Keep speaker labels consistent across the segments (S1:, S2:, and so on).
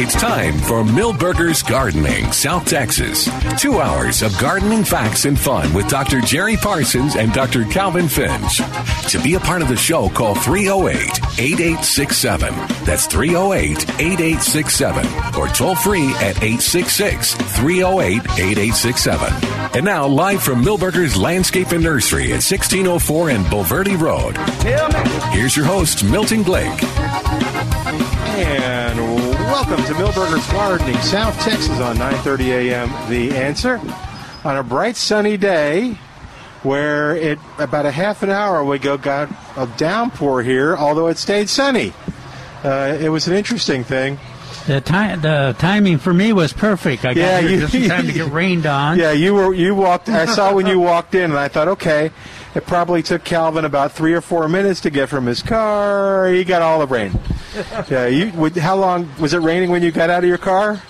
S1: It's time for Millburgers Gardening South Texas. 2 hours of gardening facts and fun with Dr. Jerry Parsons and Dr. Calvin Finch. To be a part of the show, call 308-8867. That's 308-8867 or toll free at 866-308-8867. And now live from Millburgers Landscape and Nursery at 1604 and Bulverde Road.
S2: Tell me.
S1: Here's your host Milton Blake.
S2: And welcome to Millburgers Gardening, South Texas on 9:30 a.m. The Answer on a bright sunny day where it about a half an hour we go got a downpour here, although it stayed sunny. Uh, it was an interesting thing.
S3: The time, the timing for me was perfect. I got
S2: Yeah,
S3: here
S2: you-
S3: just in time to get rained on.
S2: Yeah, you were you walked. I saw when you walked in, and I thought, okay, it probably took Calvin about three or four minutes to get from his car. He got all the rain. Yeah, you. would- How long was it raining when you got out of your car?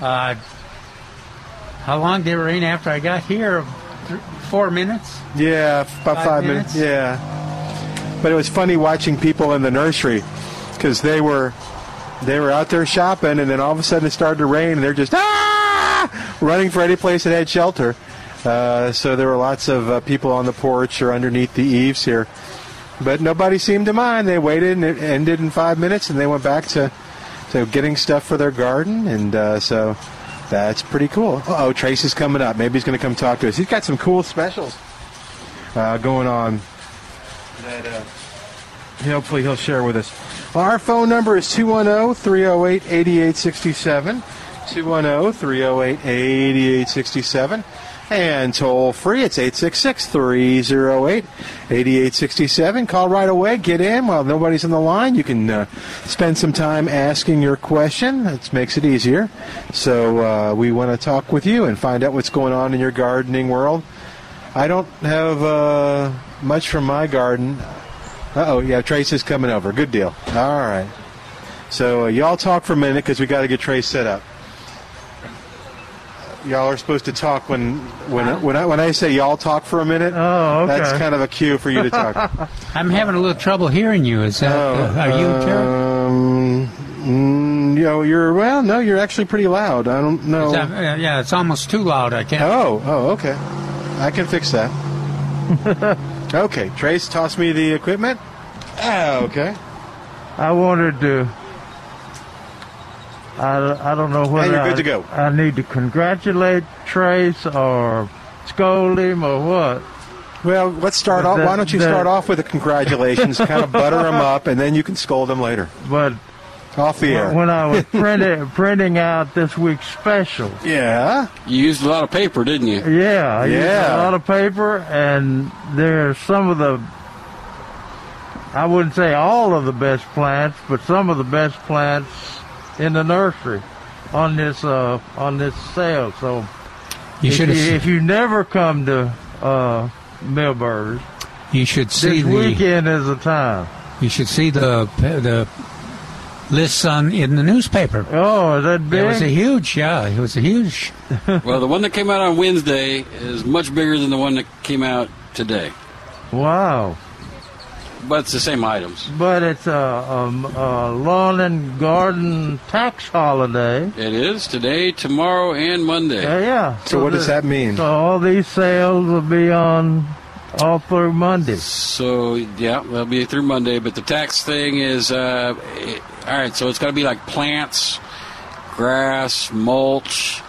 S3: Uh, how long did it rain after I got here? Th- four minutes.
S2: Yeah, f- about five,
S3: Five
S2: minutes.
S3: minutes?
S2: Yeah. But it was funny watching people in the nursery because they were they were out there shopping, and then all of a sudden it started to rain, and they're just ah running for any place that had shelter. Uh, so there were lots of uh, people on the porch or underneath the eaves here, but nobody seemed to mind. They waited, and it ended in five minutes, and they went back to to getting stuff for their garden, and uh, so. That's pretty cool. Oh, Tracy's coming up. Maybe he's going to come talk to us. He's got some cool specials uh, going on that uh, hopefully he'll share with us. Our phone number is oh, 210 308 8867. 210 308 8867. And toll free, it's 866 308 8867. Call right away, get in while nobody's on the line. You can uh, spend some time asking your question. That makes it easier. So uh, we want to talk with you and find out what's going on in your gardening world. I don't have uh, much from my garden. Uh oh, yeah, Trace is coming over. Good deal. All right. So uh, y'all talk for a minute because we got to get Trace set up. Y'all are supposed to talk when when I- when I when I say y'all talk for a minute.
S3: Oh, okay.
S2: That's kind of a cue for you to talk.
S3: I'm having a little trouble hearing you. Is that?
S2: Oh,
S3: uh, are you? Ter-
S2: Um, mm, you know, you're well. No, you're actually pretty loud. I don't know.
S3: is that- uh, yeah, it's almost too loud. I can't.
S2: Oh, oh, okay. I can fix that. okay, Trace, toss me the equipment. Ah, okay.
S4: I wanted to. I, I don't know whether
S2: you're good
S4: I,
S2: to go.
S4: I need to congratulate Trace or scold him or what.
S2: Well, let's start off. Why don't you
S4: The- the-
S2: start off with a congratulations, kind of butter them up, and then you can scold them later.
S4: But
S2: Off the air.
S4: when I was printing printing out this week's special,
S2: yeah.
S5: You used a lot of paper, didn't you?
S4: yeah, I used
S2: Yeah.
S4: a lot of paper, and there's some of the. I wouldn't say all of the best plants, but some of the best plants in the nursery on this uh, on this sale. So
S3: You
S4: if,
S3: should.
S4: you,
S3: have
S4: if you never come to uh, Millburgers,
S3: You should see
S4: this
S3: the.
S4: weekend is the time.
S3: You should see the the lists on in the newspaper.
S4: Oh, is that big?
S3: It was a huge. Yeah, it was a huge.
S5: Well, the one that came out on Wednesday is much bigger than the one that came out today,
S4: wow.
S5: but it's the same items.
S4: But it's a, a, a lawn and garden tax holiday.
S5: It is today, tomorrow, and Monday.
S4: Yeah, yeah.
S2: So, what does
S4: the-
S2: that mean?
S4: So all these sales will be on all through Monday.
S5: So yeah, that'll be through Monday. But the tax thing is uh, it- all right. So it's got to be like plants, grass, mulch,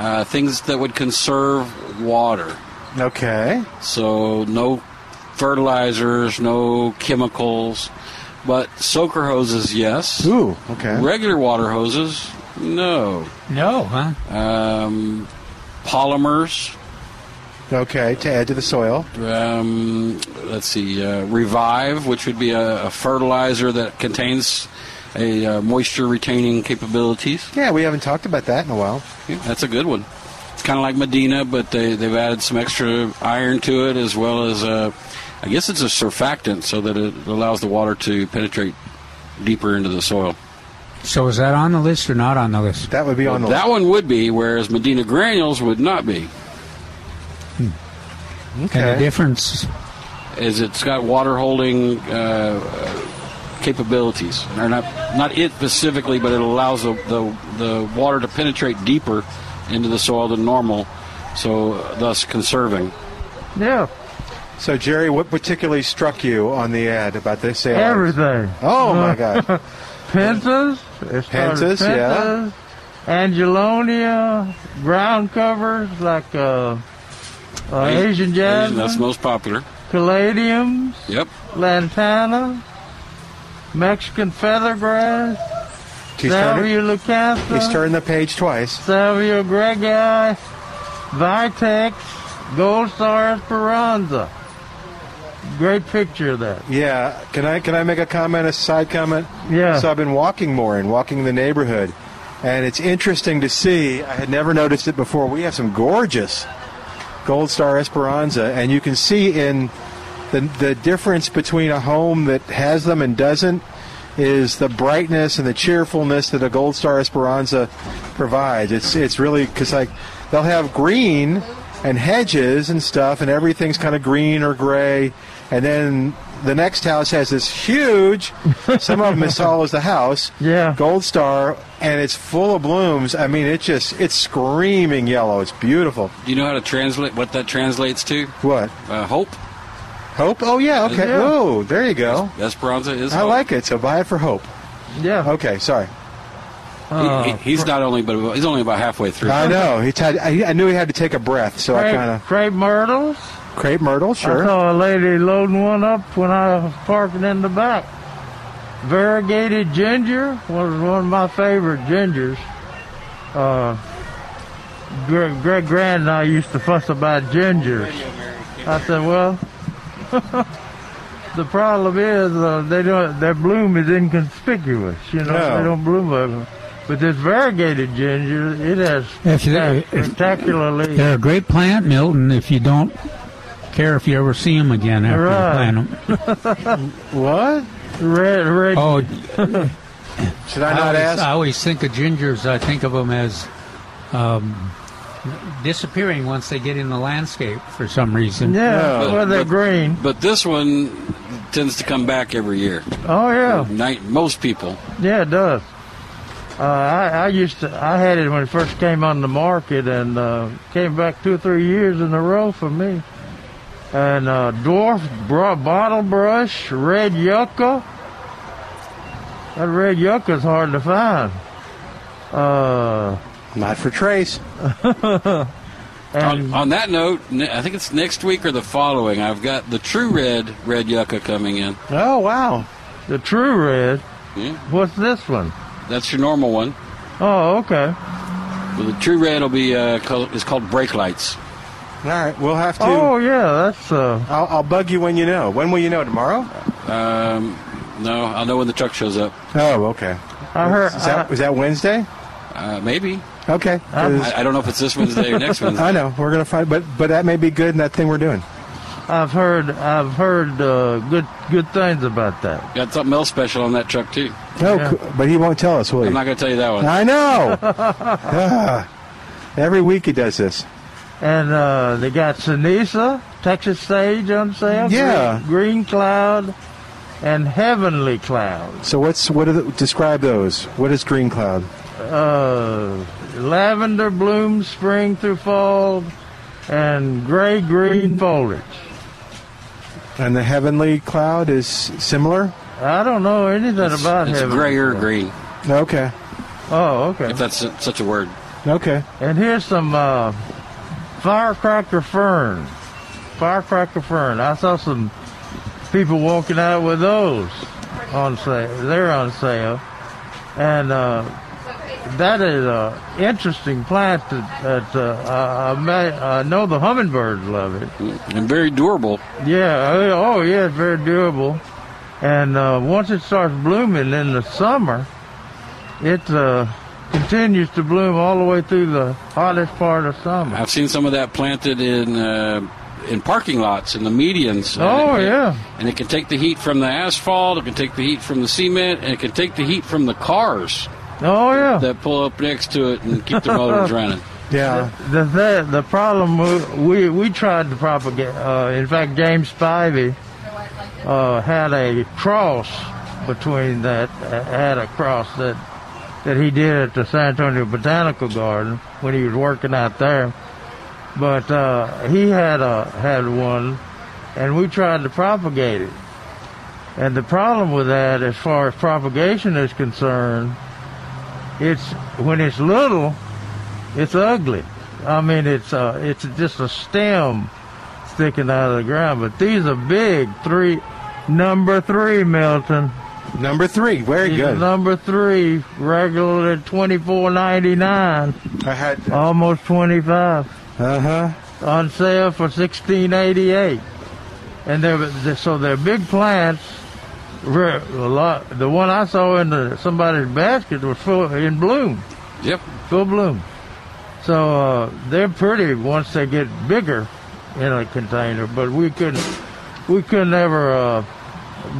S5: uh, things that would conserve water.
S2: Okay.
S5: So no fertilizers, no chemicals, but soaker hoses, yes.
S2: Ooh. Okay.
S5: Regular water hoses, no.
S3: No, huh?
S5: um, polymers.
S2: Okay. To add to the soil.
S5: Um, let's see, uh, Revive, which would be a, a fertilizer that contains a uh, moisture retaining capabilities.
S2: Yeah, we haven't talked about that in a while.
S5: Yeah, that's a good one. It's kind of like Medina, but they, they've added some extra iron to it, as well as uh, I guess it's a surfactant, so that it allows the water to penetrate deeper into the soil.
S3: So is that on the list or not on the list?
S2: That would be on the
S5: that one would be, whereas Medina granules would not be,
S2: list.
S3: And the difference,
S5: as it's got water holding uh, uh, capabilities, or not not it specifically, but it allows the, the the water to penetrate deeper into the soil than normal, so thus conserving.
S4: Yeah,
S2: So, Jerry, what particularly struck you on the ad about this sale?
S4: everything. Uh,
S2: Oh, my God.
S4: Pentas. It started
S2: Pentas, yeah.
S4: Pentas, Angelonia, ground covers like uh, uh, Asian jasmine,
S5: That's most popular.
S4: caladiums,
S5: Yep.
S4: lantana, Mexican feathergrass,
S2: He's turning,
S4: Salvia leucantha,
S2: he's turned the page twice.
S4: Salvia gregi, Vitex, Gold Star Esperanza. Great picture of that.
S2: Yeah. Can I can I make a comment, a side comment?
S4: Yeah.
S2: So I've been walking more and walking the neighborhood, and it's interesting to see. I had never noticed it before. We have some gorgeous Gold Star Esperanza, and you can see in the the difference between a home that has them and doesn't is the brightness and the cheerfulness that a Gold Star Esperanza provides. It's it's really because like they'll have green and hedges and stuff, and everything's kind of green or gray, and then. The next house has this huge. Some of them as tall as the house.
S4: Yeah.
S2: Gold star, and it's full of blooms. I mean, it just it's screaming yellow. It's beautiful.
S5: Do you know how to translate what that translates to?
S2: What?
S5: Uh, hope.
S2: Hope? Oh, yeah, okay.
S4: Yeah.
S2: Whoa, there you go.
S5: Esperanza is.
S2: I
S5: hope.
S2: like it, so buy it for hope.
S4: Yeah.
S2: Okay, sorry.
S5: He-
S4: Oh.
S5: he- he's not only, but he's only about halfway through.
S2: I know. He had, I I knew he had to take a breath, so I
S4: Crepe, Uh-huh.
S2: kind of.
S4: crepe myrtles.
S2: Crepe Myrtle,
S4: I
S2: sure.
S4: saw a lady loading one up when I was parking in the back. Variegated ginger was one of my favorite gingers. Uh, Greg, Greg Grand and I used to fuss about gingers. I said, well, the problem is uh, they don't their bloom is inconspicuous. You know,
S2: No.
S4: they don't bloom over. But this variegated ginger, it has
S3: If you- if-
S4: spectacularly.
S3: they're a great plant, Milton, if you don't care if you ever see them again after
S4: Right.
S3: you plant them.
S2: What?
S4: Red, red.
S3: Oh,
S2: Should I
S3: I
S2: not
S3: always,
S2: ask?
S3: I always think of gingers. I think of them as um, disappearing once they get in the landscape for some reason.
S4: yeah,
S5: But-
S4: well, they're
S5: but-
S4: green.
S5: But this one tends to come back every year.
S4: Oh yeah,
S5: Night, most people.
S4: yeah, it does. Uh, I, I used to, I had it when it first came on the market, and uh, came back two or three years in a row for me. And uh, dwarf bro- bottle brush, red yucca. That red yucca's hard to find. Uh,
S2: Not for Trace.
S5: On,
S4: and
S5: on that note, ne- I think it's next week or the following. I've got the true red red yucca coming in.
S2: Oh, wow.
S4: the true red.
S5: Yeah.
S4: What's this one?
S5: That's your normal one.
S4: Oh, okay.
S5: But the true red will be uh, col- is called brake lights.
S2: All right, we'll have to.
S4: Oh yeah, that's uh,
S2: I'll, I'll bug you when you know. When will you know? Tomorrow?
S5: Um, no, I'll know when the truck shows up.
S2: Oh, okay.
S4: I heard.
S2: Is that,
S4: I,
S2: is that Wednesday?
S5: Uh, maybe.
S2: Okay.
S4: Uh-huh. Uh,
S2: 'cause-
S5: I, I don't know if it's this Wednesday or next Wednesday.
S2: I know. We're going to find, but but that may be good in that thing we're doing.
S4: I've heard. I've heard uh, good good things about that.
S5: Got something else special on that truck too.
S2: No,
S4: Yeah.
S2: coo- but he won't tell us, will
S5: I'm
S2: he?
S5: not going to tell you that one.
S2: Oh, I know. Ah. every week he does this.
S4: And uh, they got Sinisa, Texas Sage on sale.
S2: Yeah.
S4: Green, green Cloud and Heavenly Cloud.
S2: So what's what? Are the, describe those. What is Green Cloud?
S4: Uh, lavender blooms spring through fall and gray green foliage.
S2: And the heavenly cloud is similar?
S4: I don't know anything about
S5: It's
S4: Heavenly
S5: gray or
S4: Cloud.
S5: green,
S2: Okay.
S4: Oh, okay.
S5: if that's su- such a word.
S2: Okay.
S4: And here's some uh, firecracker fern. Firecracker fern. I saw some people walking out with those on sale. They're on sale, and uh, that is an interesting plant that, that uh, I, I, may, I know the hummingbirds love it.
S5: And very durable.
S4: Yeah. I- Oh, yeah. It's very durable. And uh, once it starts blooming in the summer, it uh, continues to bloom all the way through the hottest part of summer.
S5: I've seen some of that planted in uh, in parking lots and the medians.
S4: Oh,
S5: and it-
S4: yeah.
S5: And it can take the heat from the asphalt. It can take the heat from the cement, and it can take the heat from the cars
S4: Oh yeah.
S5: that pull up next to it and keep their motors running.
S2: Yeah.
S4: The the, the problem w- we we tried to propagate. Uh, in fact, James Spivey uh, had a cross between that uh, had a cross that that he did at the San Antonio Botanical Garden when he was working out there. But uh, he had a had one, and we tried to propagate it. And the problem with that, as far as propagation is concerned, it's when it's little, it's ugly. I mean, it's uh, it's just a stem sticking out of the ground. But these are big. Three, number three, Milton.
S2: Number three. Very
S4: These are
S2: good.
S4: Number three, regular at twenty four ninety nine,
S2: I had.
S4: almost twenty five,
S2: Uh huh.
S4: on sale for sixteen eighty eight, and they're they're- so they're big plants. Re- a lot- The one I saw in the, somebody's basket was full in bloom
S5: Yep.
S4: full bloom. So uh, they're pretty once they get bigger in a container, but we couldn't we couldn't ever uh,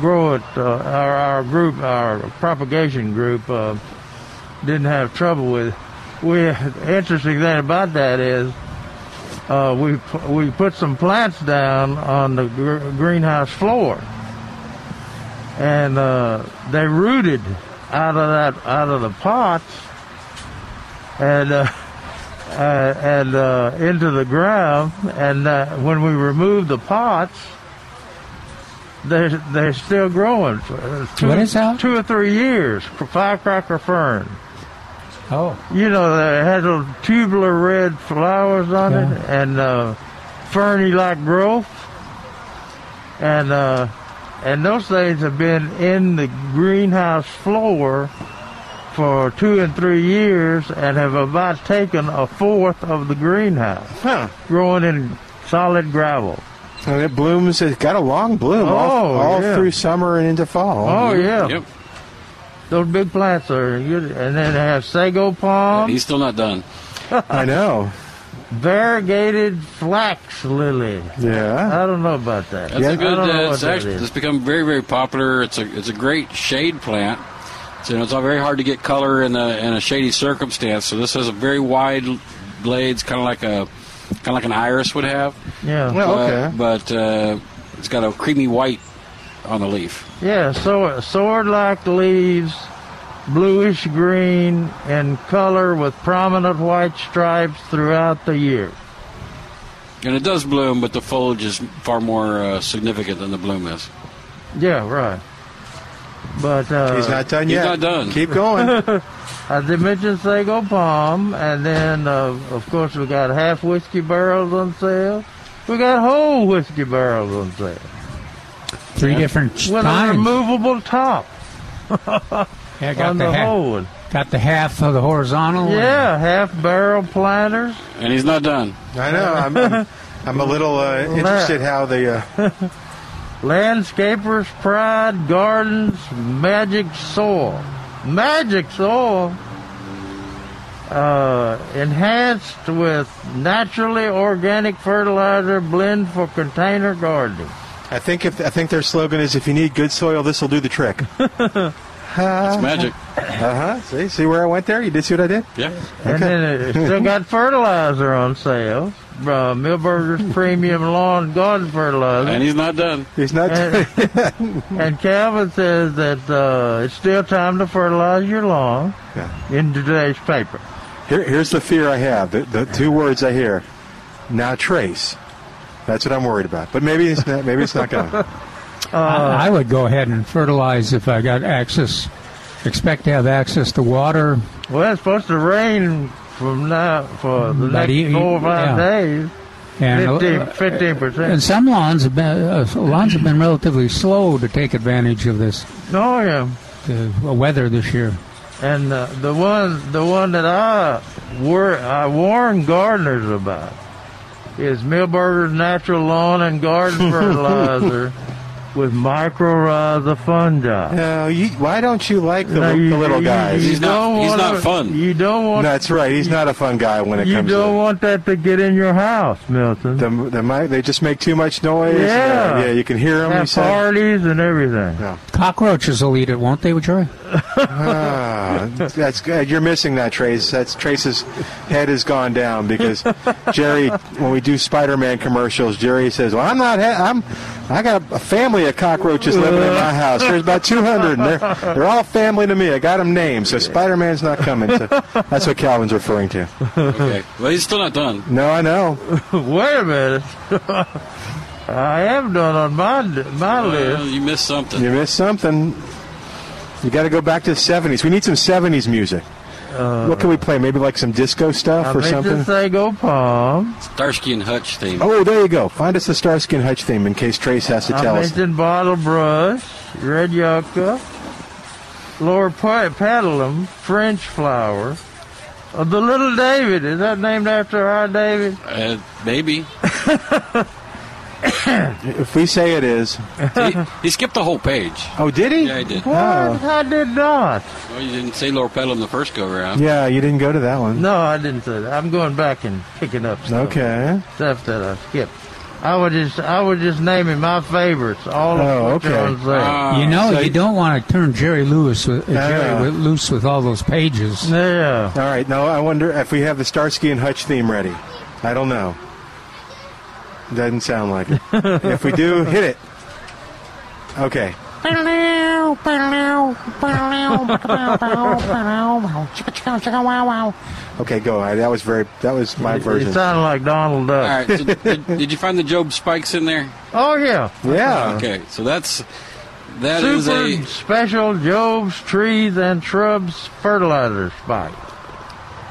S4: grow it. Uh, our, our group, our propagation group, uh, didn't have trouble with. We interesting thing about that is uh, we pu- we put some plants down on the gr- greenhouse floor, and uh, they rooted out of that out of the pots and uh, uh, and uh, into the ground. And uh, when we remove the pots, they're they're still growing. for, uh, Two,
S3: What is that?
S4: Two or three years. for Firecracker fern.
S3: Oh,
S4: You know, that had little tubular red flowers on it and uh, ferny-like growth, and uh, and those things have been in the greenhouse floor for two and three years and have about taken a fourth of the greenhouse,
S2: Huh.
S4: growing in solid gravel.
S2: And it blooms. It's got a long bloom all,
S4: Oh,
S2: all
S4: yeah.
S2: through summer and into fall.
S4: Oh yeah,
S5: Yep.
S4: those big plants are good, and then they have sago palm.
S5: He's still not done.
S2: I know.
S4: variegated flax lily.
S2: Yeah.
S4: I don't know about that.
S5: That's a
S4: I
S5: good.
S4: don't know
S5: Uh,
S4: what
S5: it's,
S4: that
S5: actually,
S4: is.
S5: it's become very, very popular. It's a it's a great shade plant. So you know, it's all very hard to get color in a in a shady circumstance. So this has a very wide blades, kind of like a kind of like an iris would have.
S4: Yeah.
S2: Well- Oh, okay.
S5: But, but uh, it's got a creamy white on the leaf.
S4: yeah. So sword-like leaves, bluish green in color with prominent white stripes throughout the year.
S5: And it does bloom, but the foliage is far more uh, significant than the bloom is.
S4: Yeah. Right. But uh,
S2: He's not done
S5: He's
S2: yet.
S5: not done.
S2: Keep going.
S4: As I mentioned, sago palm, and then uh, of course we got half whiskey barrels on sale. We got whole whiskey barrels on sale
S3: three different
S4: with a
S3: times.
S4: removable top
S3: Yeah, got
S4: on
S3: the,
S4: the
S3: half,
S4: whole one.
S3: got the half of the horizontal. and-
S4: Yeah, half barrel planters.
S5: And he's not done.
S2: I know. I'm, I'm, I'm a little uh, interested how the. Uh,
S4: Landscapers Pride Gardens Magic Soil. Magic Soil uh, enhanced with naturally organic fertilizer blend for container gardening.
S2: I think if I think their slogan is if you need good soil, this will do the trick. Uh-huh. uh
S5: It's magic.
S2: huh. See, see where I went there? You did see what I did?
S5: Yeah.
S4: And then it still got fertilizer on sale. Uh, Millburgers Premium Lawn and Garden Fertilizer.
S5: And he's not done.
S2: He's not.
S4: And, and Calvin says that uh, it's still time to fertilize your lawn
S2: Yeah.
S4: in today's paper.
S2: Here, here's the fear I have. The, the two words I hear. Now trace. That's what I'm worried about. But maybe it's not. Maybe it's not going. to
S4: Uh,
S3: I I would go ahead and fertilize if I got access, expect to have access to water.
S4: Well, it's supposed to rain from now for the
S3: But
S4: next
S3: you- you-
S4: four or five
S3: e- yeah.
S4: days.
S3: And, uh,
S4: 15
S3: and
S4: percent.
S3: some lawns have been, uh, lawns have been relatively slow to take advantage of this uh,
S4: No, Oh, yeah.
S3: the weather this year.
S4: And uh, the one, the one that I wor- I warn gardeners about is Millburgers Natural Lawn and Garden Fertilizer with mycorrhiza fungi.
S2: No, you, why don't you like the,
S4: Now, you-
S2: the little
S4: you-
S2: guys?
S4: you
S5: He's not-
S4: don't
S5: he's
S4: wanna-
S5: not fun.
S4: You don't want.
S2: That's right. He's not a fun guy when it
S4: you
S2: comes
S4: don't
S2: to
S4: want that to get in your house, Milton.
S2: the, the, mic. They just make too much noise.
S4: Yeah.
S2: yeah. You can hear them.
S4: Have parties and everything.
S3: Cockroaches will eat it, won't they, Jerry?
S2: Ah, that's good. You're missing that, Trace. That's Trace's head has gone down because Jerry, when we do Spider-Man commercials, Jerry says, "Well, I'm not. Ha- I'm. I got a family of cockroaches living in my house. There's about 200, and they're they're all family to me. I got them named. So Spider-Man's not coming. So that's what Calvin's referring to.
S5: Okay. Well, he's still not done.
S2: No, I know.
S4: Wait a minute. I am done on my my
S5: Well,
S4: list.
S5: you missed something.
S2: You missed something. You got to go back to the 70s. We need some 70s music. what can we play? Maybe like some disco
S4: Uh. I
S2: stuff or
S4: meant
S2: something.
S4: to say go palm.
S5: Starsky and Hutch theme.
S2: Oh, there you go. Find us the Starsky and Hutch theme in case Trace has to
S4: I
S2: tell us.
S4: mentioned bottle brush, red yucca, lower pa- pedalum, French flower. Uh, the little David is that named after our David?
S5: Uh, maybe.
S2: If we say it is.
S5: he, he skipped the whole page.
S2: Oh, did he?
S5: Yeah, he did.
S4: What? I did not.
S5: Well, you didn't say Lord Pelham the first go around.
S2: Yeah, you didn't go to that one.
S4: No, I didn't say that. I'm going back and picking up stuff.
S2: Okay.
S4: Stuff that I skipped. I was just I was just naming my favorites. All of
S2: Oh,
S4: which are
S2: okay.
S4: on sale.
S5: Ah,
S3: you know,
S2: so-
S3: you don't want to turn Jerry Lewis with, uh,
S2: Ah.
S3: Jerry with, loose with all those pages.
S4: Yeah.
S2: All right. Now I wonder if we have the Starsky and Hutch theme ready. I don't know. Doesn't sound like it. if we do, hit it. Okay. Okay, go. I, that was very. That was my
S4: It- It
S2: version.
S4: sounded like Donald Duck.
S5: All right. So did, did you find the Job spikes in there?
S4: Oh yeah.
S2: Yeah.
S5: Okay. So that's that is
S4: Super
S5: a
S4: special Job's trees and shrubs fertilizer spike.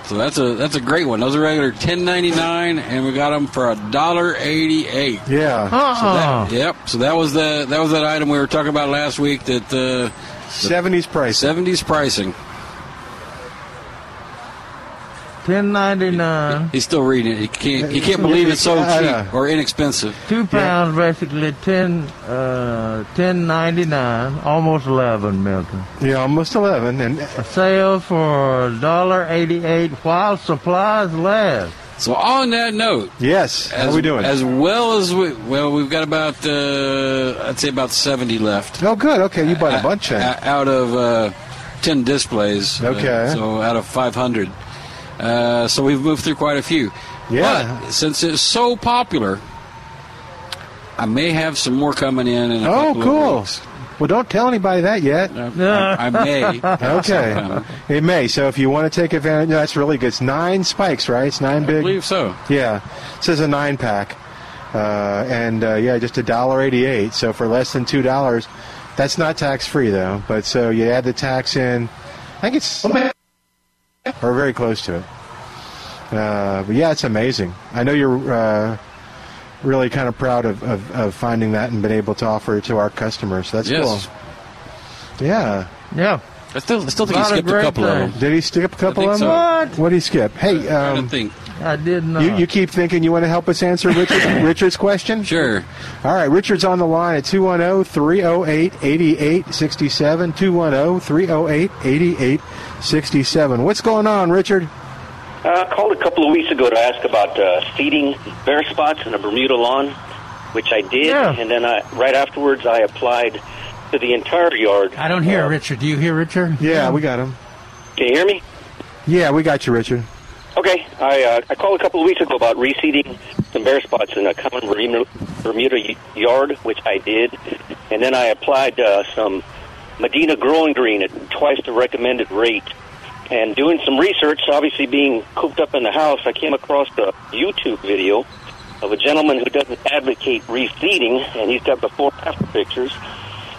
S5: so that's a that's a great one. Those are regular ten ninety nine, and we got them for a dollar eighty eight.
S2: Yeah.
S4: Uh-uh.
S5: Yep. So that was the that was that item we were talking about last week. That uh,
S2: Seventies price.
S5: seventies pricing.
S4: Ten ninety nine.
S5: He's still reading it. He can't he can't believe it's so
S2: Yeah, yeah.
S5: cheap or inexpensive.
S4: Two pounds, basically ten uh ten ninety nine, almost eleven Milton.
S2: Yeah, almost eleven. And
S4: A sale for a dollar eighty eight while supplies last.
S5: So on that note,
S2: yes, how we doing?
S5: As well as we well, we've got about uh, I'd say about seventy left.
S2: oh, good. Okay, you bought a bunch of.
S5: Uh, out of uh, 10 displays. uh,
S2: Okay.
S5: so out of 500. Uh, so we've moved through quite a few.
S2: Yeah.
S5: But since it's so popular, I may have some more coming in. in a
S2: Oh,
S5: couple of
S2: cool.
S5: weeks.
S2: Well, don't tell anybody that yet.
S5: I, I- I may.
S2: Okay. It may. So if you want to take advantage, no, that's really good. It's nine spikes, right? It's nine
S5: I
S2: big.
S5: believe so.
S2: Yeah. It says a nine pack. Uh, and uh, yeah, just a dollar eighty-eight. So for less than two dollars, that's not tax-free though. But so you add the tax in, I think it's or very close to it. Uh, but yeah, it's amazing. I know you're uh, really kind of proud of, of, of finding that and been able to offer it to our customers. That's
S5: Yes.
S2: cool. Yeah.
S4: Yeah.
S5: I still, I still think
S4: Not
S5: he
S4: a
S5: skipped a
S4: great
S5: couple of
S4: thing.
S5: them.
S2: Did he skip a couple
S5: think
S2: of them?
S5: so.
S4: What?
S2: What did he skip? Hey,
S5: I
S2: um,
S5: don't think.
S4: I did not.
S2: you, you keep thinking you want to help us answer Richard, Richard's question?
S5: Sure.
S2: All right, Richard's on the line at oh, 210 308 8867. 210 308 8867. What's going on, Richard?
S6: Uh, I called a couple of weeks ago to ask about uh, seeding bare spots in a Bermuda lawn, which I did,
S4: Yeah.
S6: and then I, right afterwards I applied to the entire yard.
S3: I don't hear
S6: Uh,
S3: Richard. Do you hear Richard?
S2: Yeah, we got him.
S6: Can you hear me?
S2: Yeah, we got you, Richard.
S6: Okay, I uh, I called a couple of weeks ago about reseeding some bare spots in a common Bermuda, Bermuda y- yard, which I did, and then I applied uh, some Medina growing green at twice the recommended rate. And doing some research, obviously being cooped up in the house, I came across a YouTube video of a gentleman who doesn't advocate reseeding, and he's got before and after pictures.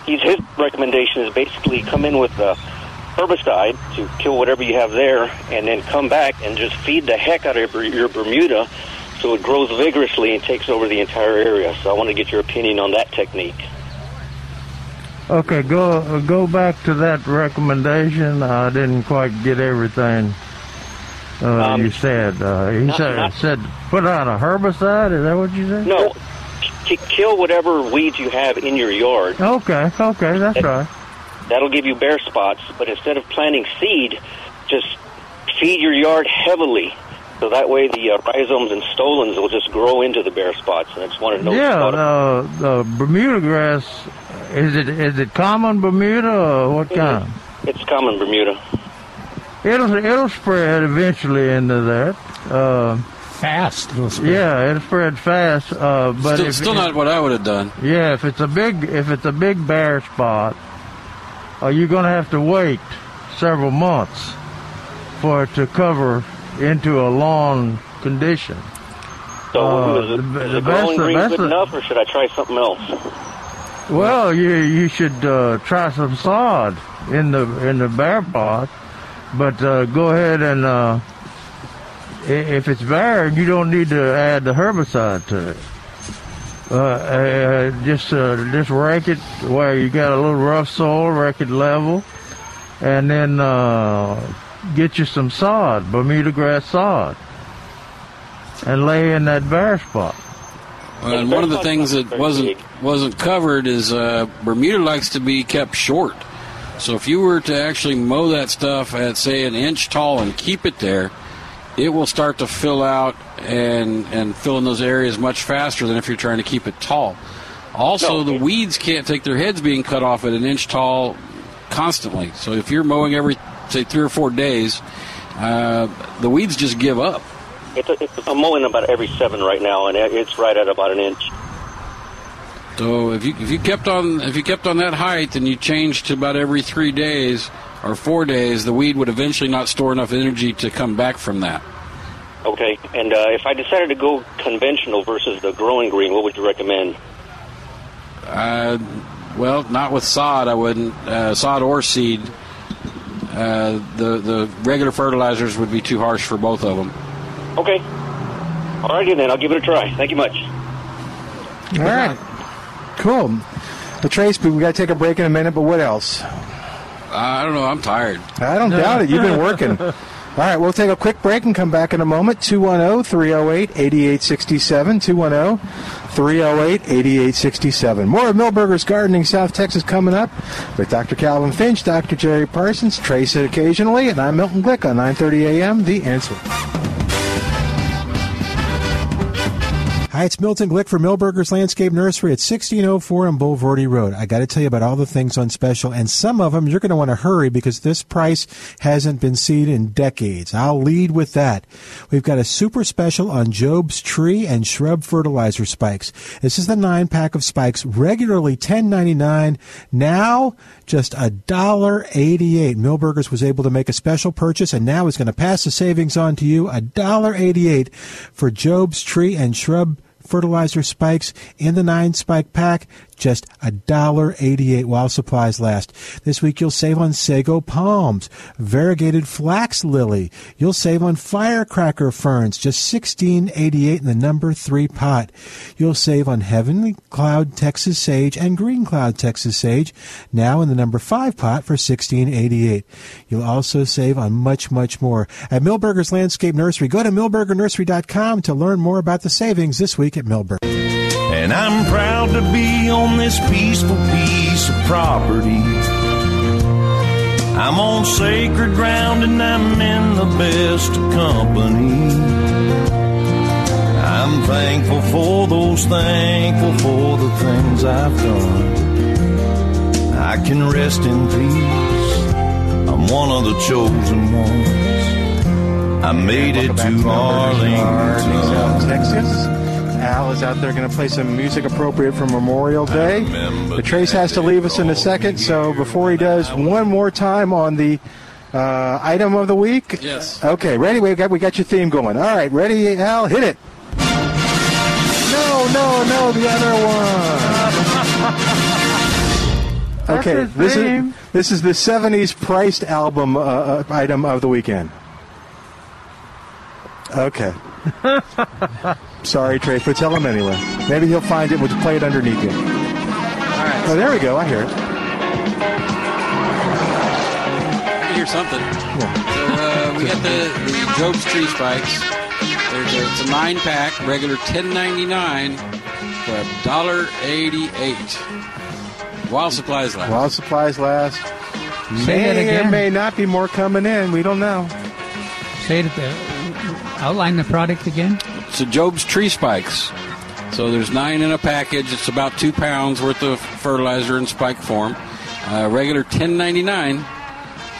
S6: He's, his recommendation is basically come in with a herbicide to kill whatever you have there, and then come back and just feed the heck out of your, your Bermuda so it grows vigorously and takes over the entire area. So I want to get your opinion on that technique.
S4: Okay, go uh, go back to that recommendation. I didn't quite get everything uh,
S6: Um,
S4: you said. Uh, he
S6: not-
S4: said
S6: not-
S4: said put on a herbicide. Is that what you said?
S6: No, ki- kill whatever weeds you have in your yard.
S4: Okay, okay, that's right.
S6: That'll give you bare spots. But instead of planting seed, just feed your yard heavily. So that way the uh, rhizomes and stolons will just grow into the bare spots. And I just wanted to know
S4: Yeah,
S6: about
S4: the, the Bermuda grass is it is it common Bermuda or what
S6: Mm-hmm.
S4: kind?
S6: It's common Bermuda.
S4: It'll it'll spread eventually into that. Uh,
S7: Fast. It'll spread.
S4: yeah, it'll spread fast. Uh, but
S5: still,
S4: if,
S5: still not what I would have done.
S4: Yeah, if it's a big if it's a big bare spot, uh, you're gonna have to wait several months for it to cover into a lawn condition.
S6: So
S4: Uh,
S6: is, it,
S4: the-
S6: is the
S4: the
S6: growing
S4: best- the
S6: green
S4: best-
S6: good enough, or should I try something else?
S4: Well, you you should uh, try some sod in the in the bare pot, but uh, go ahead and uh, i- if it's bare, you don't need to add the herbicide to it. Uh, uh, just uh, just rake it where you got a little rough soil, rake it level, and then uh, get you some sod, Bermuda grass sod, and lay in that bare spot.
S5: Uh, and one of the things that wasn't wasn't covered is uh, Bermuda likes to be kept short. So if you were to actually mow that stuff at say an inch tall and keep it there, it will start to fill out and and fill in those areas much faster than if you're trying to keep it tall. Also, the weeds can't take their heads being cut off at an inch tall constantly. So if you're mowing every say three or four days, uh, the weeds just give up.
S6: It's a, it's I'm mowing about every seven right now, and it- it's right at about an inch.
S5: So if you if you kept on if you kept on that height and you changed to about every three days or four days, the weed would eventually not store enough energy to come back from that.
S6: Okay. And uh, if I decided to go conventional versus the growing green, what would you recommend?
S5: Uh, well, not with sod. I wouldn't uh, sod or seed. Uh, the the regular fertilizers would be too harsh for both of them.
S6: Okay. All righty then. I'll give it a try. Thank you much.
S2: All right. Cool. Well, Trace, we got to take a break in a minute, but what else?
S5: I don't know. I'm tired.
S2: I don't doubt it. You've been working. All right, we'll take a quick break and come back in a moment. oh, 210 308 8867. 210 308 8867. More of Millburgers Gardening South Texas coming up with Dr. Calvin Finch, Dr. Jerry Parsons, Trace it occasionally, and I'm Milton Glick on 930 a.m. The Answer. Hi, it's Milton Glick for Millburgers Landscape Nursery at 1604 on Boulevardy Road. I got to tell you about all the things on special, and some of them you're going to want to hurry because this price hasn't been seen in decades. I'll lead with that. We've got a super special on Job's tree and shrub fertilizer spikes. This is the nine pack of spikes, regularly $10.99, now just $1.88. Millburgers was able to make a special purchase, and now is going to pass the savings on to you, $1.88 for Job's tree and shrub fertilizer spikes in the nine spike pack just $1.88 while supplies last this week you'll save on sago palms variegated flax lily you'll save on firecracker ferns just $16.88 in the number three pot you'll save on heavenly cloud texas sage and green cloud texas sage now in the number five pot for $16.88 you'll also save on much much more at millburgers landscape nursery go to millburgernursery.com to learn more about the savings this week at millburger
S8: And I'm proud to be on this peaceful piece of property. I'm on sacred ground and I'm in the best of company. I'm thankful for those, thankful for the things I've done. I can rest in peace. I'm one of the chosen ones. I made it to Arlington.
S2: Texas. Al is out there going to play some music appropriate for Memorial Day. But Trace has to leave us in a second, so before he does, one more time on the uh, item of the week.
S5: Yes.
S2: Okay, ready? We got we got your theme going. All right, ready, Al? Hit it. No, no, no, the other one.
S4: That's
S2: Okay,
S4: his
S2: this is
S4: theme.
S2: this is the '70s priced album uh, uh, item of the weekend. Okay. Sorry, Trace, but tell him anyway. Maybe he'll find it. We'll just play it underneath you. Oh, there we go. I hear it.
S5: I can hear something. So, uh, we got the, the Job's tree spikes. There's a, it's a nine pack, regular ten ninety nine. for a dollar eighty-eight. While supplies last.
S2: While supplies last,
S3: Say that
S2: may or
S3: again.
S2: may not be more coming in. We don't know.
S3: Say it at the outline the product again.
S5: So Job's tree spikes. So there's nine in a package. It's about two pounds worth of fertilizer in spike form. Uh, regular ten ninety-nine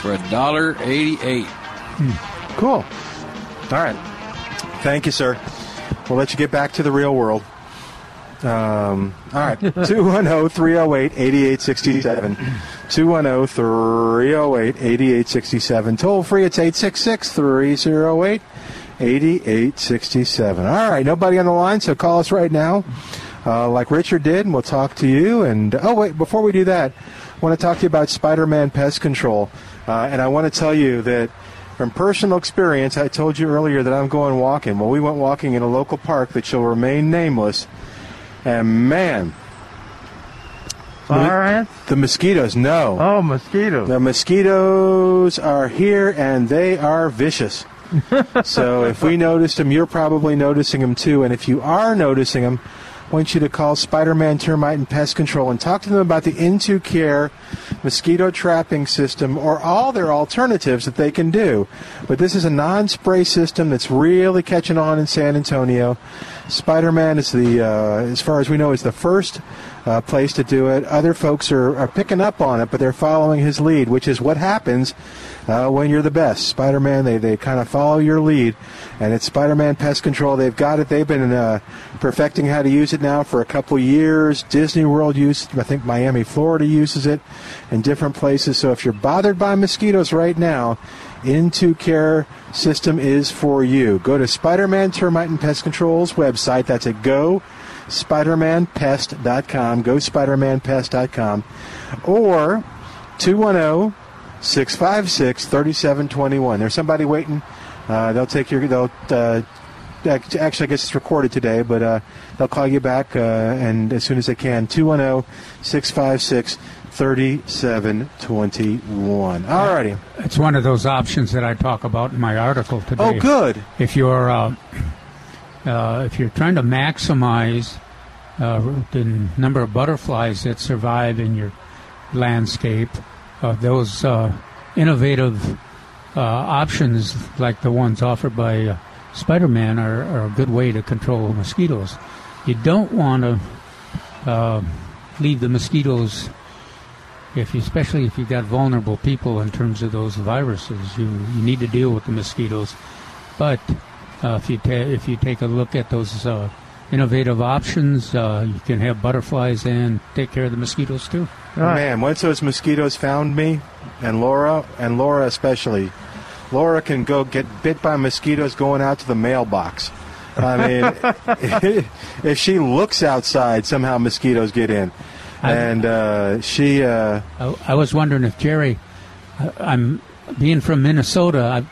S5: for a dollar eighty-eight.
S2: Cool. All right. Thank you, sir. We'll let you get back to the real world. Um, all right. oh, 210 308 8867. 210 308 8867. Toll free, it's 866 308 8867. All right. Nobody on the line, so call us right now, uh, like Richard did, and we'll talk to you. And, oh, wait, before we do that, I want to talk to you about Spider Man pest control. Uh, and I want to tell you that. From personal experience, I told you earlier that I'm going walking. Well, we went walking in a local park that shall remain nameless, and man,
S4: Fire ants?
S2: the mosquitoes, no.
S4: Oh, mosquitoes.
S2: The mosquitoes are here and they are vicious. so if we noticed them, you're probably noticing them too. And if you are noticing them, I want you to call Spider-Man Termite and Pest Control and talk to them about the Into Care mosquito trapping system or all their alternatives that they can do. But this is a non-spray system that's really catching on in San Antonio. Spider-Man is the, uh, as far as we know, is the first uh, place to do it. Other folks are, are picking up on it, but they're following his lead, which is what happens uh, when you're the best. Spider Man, they, they kind of follow your lead, and it's Spider Man Pest Control. They've got it. They've been uh, perfecting how to use it now for a couple years. Disney World use, I think Miami, Florida uses it, and different places. So if you're bothered by mosquitoes right now, into Care system is for you. Go to Spider Man Termite and Pest Control's website. That's at go spidermanpest.com. Go spidermanpest.com. Or oh, 210 656 3721. There's somebody waiting. Uh, they'll take your. They'll, uh, act- actually, I guess it's recorded today, but uh, they'll call you back uh, and as soon as they can. oh, 210 656 3721. All righty.
S3: It's one of those options that I talk about in my article today.
S2: Oh, good.
S3: If you're uh, uh, if you're trying to maximize uh, the number of butterflies that survive in your landscape, uh, those uh, innovative uh, options like the ones offered by uh, Spider-Man are, are a good way to control mosquitoes. You don't want to uh, leave the mosquitoes if you, especially if you've got vulnerable people in terms of those viruses, you, you need to deal with the mosquitoes. But uh, if you ta- if you take a look at those uh, innovative options, uh, you can have butterflies and take care of the mosquitoes too.
S4: Right.
S2: Man, once those mosquitoes found me, and Laura, and Laura especially, Laura can go get bit by mosquitoes going out to the mailbox. I mean, if she looks outside, somehow mosquitoes get in. And uh, she, uh,
S3: I, I was wondering if Jerry, I, I'm being from Minnesota, I've,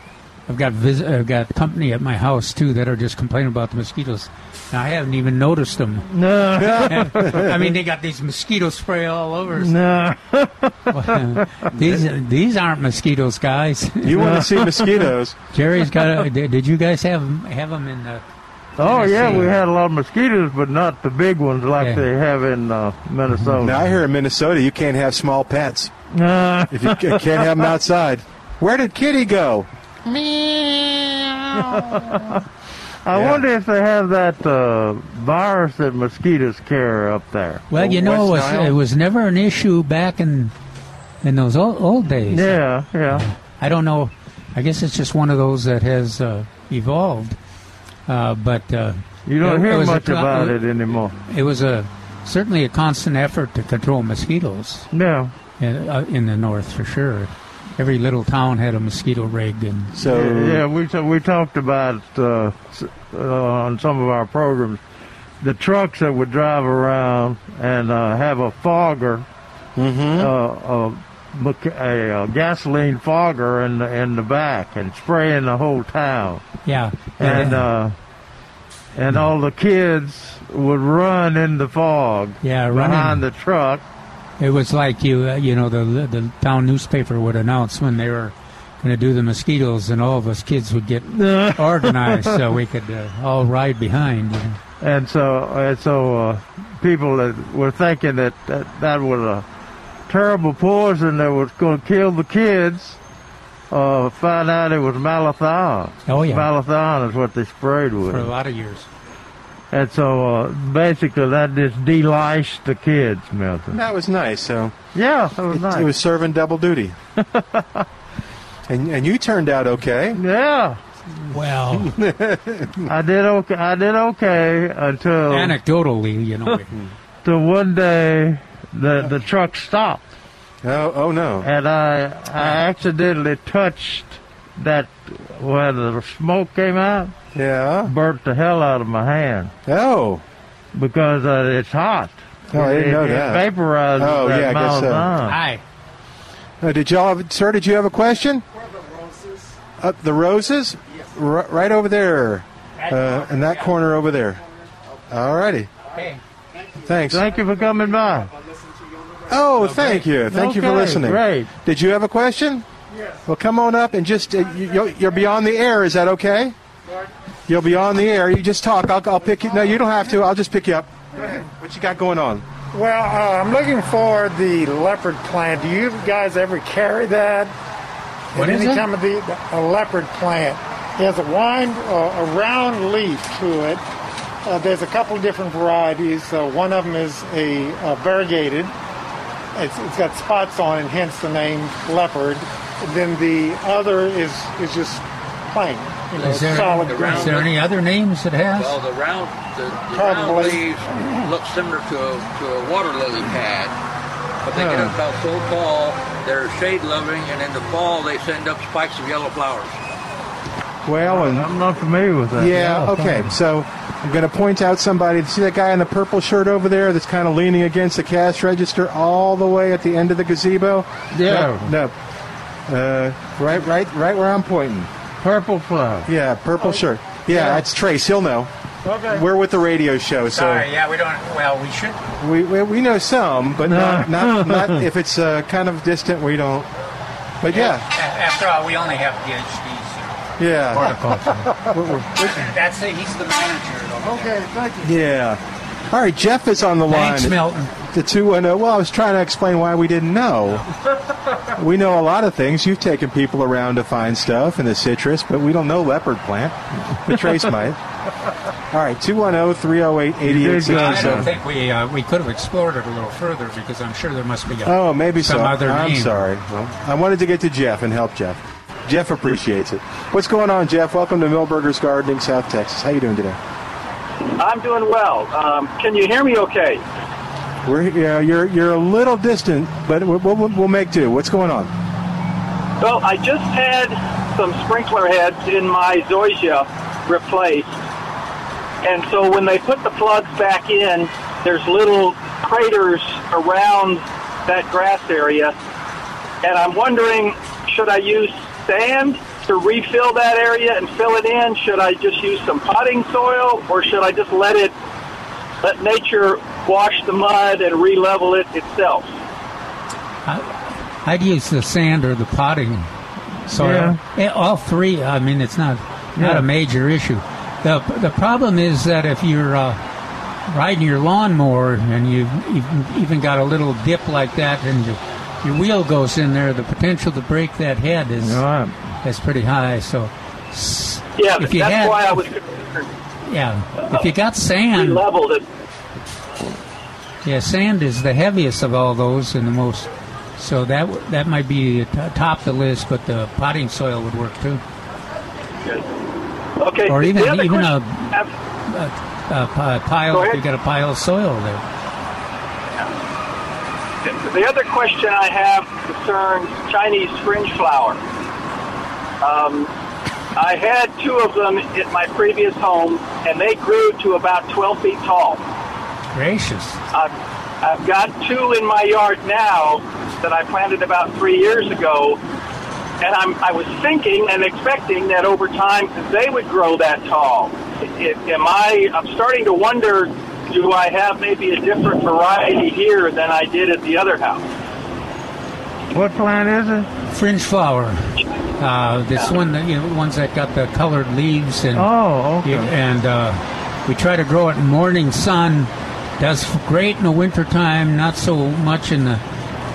S3: I've got vis- uh, I've got company at my house too that are just complaining about the mosquitoes. And I haven't even noticed them.
S4: No,
S3: I mean, they got these mosquito spray all over.
S4: no.
S3: these these aren't mosquitoes, guys.
S2: you want to see mosquitoes?
S3: Jerry's got. A, did did you guys have have them in the?
S4: Oh yeah,
S3: Tennessee.
S4: we had a lot of mosquitoes, but not the big ones like
S3: Yeah.
S4: they have in uh, Minnesota.
S2: Now I hear in Minnesota you can't have small pets
S4: Uh,
S2: if you can't have them outside. Where did Kitty go?
S4: I
S2: Yeah.
S4: wonder if they have that uh, virus that mosquitoes carry up there.
S3: Well, you know, it
S2: West
S3: was,
S2: Nile?
S3: it was never an issue back in in those old, old days.
S4: Yeah, yeah.
S3: I don't know. I guess it's just one of those that has uh, evolved. Uh, but uh,
S4: You don't
S3: it- it
S4: hear
S3: was a
S4: much
S3: co-
S4: about it anymore.
S3: It was a certainly a constant effort to control mosquitoes
S4: No.
S3: in, uh, in the north for sure. Every little town had a mosquito rig, and
S2: So
S4: Yeah, we t- we talked about uh, s- uh, on some of our programs the trucks that would drive around and uh, have a fogger,
S3: Mm-hmm.
S4: uh, a, mecha- a, uh gasoline fogger in the, in the back and spraying the whole town,
S3: yeah,
S4: and uh, and all the kids would run in the fog
S3: yeah, running.
S4: behind the truck.
S3: It was like you, uh, you know, the the town newspaper would announce when they were going to do the mosquitoes, and all of us kids would get organized so we could uh, all ride behind. You know.
S4: and so and so uh, people that were thinking that that, that was a terrible poison that was going to kill the kids. Uh, found out it was malathion.
S3: Oh, yeah.
S4: malathion is what they sprayed with.
S3: for a lot of years.
S4: And so uh, basically, that just deliced the kids, Milton.
S2: That was nice. So
S4: Yeah, that was
S2: it,
S4: nice.
S2: it was serving double duty. and and you turned out okay.
S4: yeah,
S3: Well,
S4: I did okay. I did okay until
S3: anecdotally, you know,
S4: till one day the the truck stopped,
S2: Oh oh no.
S4: and I I accidentally touched that where the smoke came out,
S2: Yeah.
S4: burnt the hell out of my hand
S2: Oh.
S4: because uh, it's hot.
S2: Oh, I didn't
S4: it,
S2: know
S4: it
S2: that.
S4: vaporizes
S2: Oh,
S4: that
S2: yeah, I guess so.
S4: malathion.
S3: hi.
S2: Uh, did y'all, have, sir? Did you have a question? Up the roses, R- right over there, uh, in that corner over there. All righty. Thanks.
S4: Thank you for coming by.
S2: Oh, thank you. Thank you for
S4: Okay,
S2: listening.
S4: great.
S2: Did you have a question? Yes. Well, come on up and just uh, you, you'll- you're beyond the air. Is that okay? You'll be on the air. You just talk. I'll, I'll pick you. No, you don't have to. I'll just pick you up. What you got going on?
S7: Well, uh, I'm looking for the leopard plant. Do you guys ever carry that?
S3: What
S7: At
S3: is
S7: any
S3: it?
S7: time of the a leopard plant. It has a wine, uh, a round leaf to it. Uh, there's a couple different varieties. Uh, one of them is a uh, variegated. It's, it's got spots on it, hence the name leopard. Then the other is is just plain, you know,
S3: Is there,
S7: solid
S3: is
S7: green.
S3: there any other names it has?
S9: Well, the round, the, the round
S7: Probably.
S9: leaves look similar to a, to a water lily pad, but they get up about so tall, they're shade loving, and in the fall they send up spikes of yellow flowers.
S2: Well, and
S4: I'm not familiar with that.
S2: Yeah, okay. So I'm going to point out somebody. See that guy in the purple shirt over there that's kind of leaning against the cash register all the way at the end of the gazebo?
S4: Yeah.
S2: No. no. Uh, right, right, right where I'm pointing.
S4: Purple flower.
S2: Yeah, purple shirt. Yeah, that's Trace. He'll know.
S7: Okay.
S2: We're with the radio show, so
S3: yeah, we don't. Well, we should.
S2: we, we we know some, but not not, not if it's uh, kind of distant. We don't. But yeah,
S3: After all, we only have PhDs.
S2: yeah,
S3: That's it. He's the manager.
S7: Okay, thank you.
S2: yeah. All right, Jeff is on the line.
S3: Thanks, Milton.
S2: The 210. Well, I was trying to explain why we didn't know. we know a lot of things. You've taken people around to find stuff in the citrus, but we don't know leopard plant. But Trace might. All right, oh, 210 308
S4: I
S3: I don't
S2: 8867.
S3: think we uh, we could have explored it a little further because I'm sure there must be. A,
S2: Oh, maybe
S3: some
S2: so.
S3: other
S2: I'm
S3: name.
S2: sorry. Well, I wanted to get to Jeff and help Jeff. Jeff appreciates it. What's going on, Jeff? Welcome to Millburgers Gardening, South Texas. How you doing today?
S10: I'm doing well. Um, can you hear me okay?
S2: We're yeah, you're you're a little distant, but we'll, we'll, we'll make do. What's going on?
S10: Well, I just had some sprinkler heads in my zoysia replaced. And so when they put the plugs back in, there's little craters around that grass area. And I'm wondering, should I use sand to refill that area and fill it in? Should I just use some potting soil or should I just let it, let nature wash the mud and re-level it itself?
S3: I'd use the sand or the potting soil. Eh, All three. I mean, it's not not
S4: Yeah.
S3: a major issue. the The problem is that if you're uh, riding your lawnmower and you you've even got a little dip like that, and your your wheel goes in there, the potential to break that head is
S4: All right.
S3: is pretty high. So, s-
S10: Yeah,
S3: if
S10: that's
S3: you had,
S10: why I was concerned.
S3: yeah, if you got sand,
S10: leveled it.
S3: Yeah, sand is the heaviest of all those and the most. So that w- that might be t- top the list, but the potting soil would work too.
S10: Okay.
S3: Or
S10: the
S3: even-
S10: other
S3: even
S10: question
S3: a-
S10: I have-
S3: A p- Uh, pile,
S10: Go
S3: if
S10: ahead.
S3: you got a pile of soil there.
S10: the other question I have concerns Chinese fringe flower. Um, I had two of them at my previous home, and they grew to about 12 feet tall.
S3: Gracious.
S10: I've, I've got two in my yard now that I planted about three years ago, and I'm, I was thinking and expecting that over time they would grow that tall. It, am I? I'm starting to wonder. Do I have maybe a different variety here than I did at the other house?
S4: What plant is it?
S3: Fringe flower. Uh, this one, that, you know, ones that got the colored leaves and
S4: Oh, okay.
S3: yeah, and uh, We try to grow it in morning sun. Does great in the wintertime, not so much in the.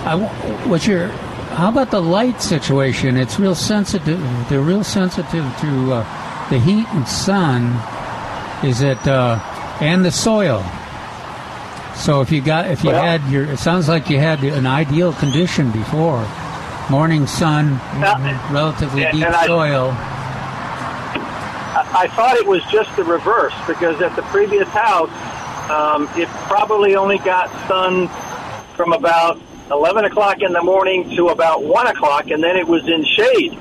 S3: I, w- what's your? How about the light situation? It's real sensitive. They're real sensitive to uh, the heat and sun. Is it uh, and the soil? So if you got if you
S10: Well-
S3: had your, it sounds like you had an ideal condition before, morning sun, relatively
S10: and-
S3: deep
S10: and I-
S3: soil.
S10: I I thought it was just the reverse because at the previous house, um, it probably only got sun from about 11 o'clock in the morning to about 1 o'clock, and then it was in shade.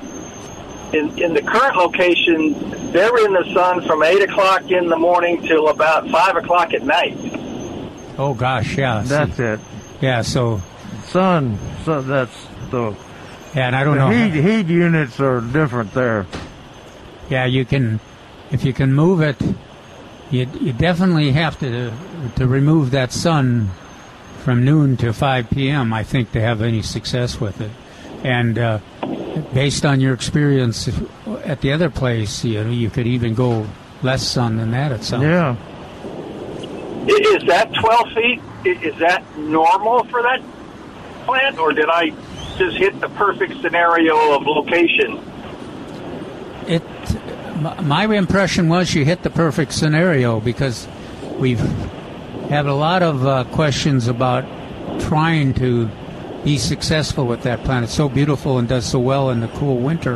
S10: In, in the current location, they're in the sun from 8 o'clock in the morning till about 5 o'clock at night.
S3: Oh gosh, yeah. see.
S4: That's it.
S3: Yeah, so
S4: Sun. So that's the.
S3: Yeah, and I don't
S4: the
S3: know.
S4: Heat, heat units are different there.
S3: yeah, you can if you can move it, you you definitely have to to remove that sun from noon to 5 p.m. I think to have any success with it. And uh, based on your experience if- at the other place, you know, you could even go less sun than that. It sounds.
S4: Yeah.
S10: I- Is that 12 feet? I- Is that normal for that plant, or did I just hit the perfect scenario of location?
S3: It. My my impression was you hit the perfect scenario because we've had a lot of uh, questions about trying to be successful with that plant. It's so beautiful and does so well in the cool winter,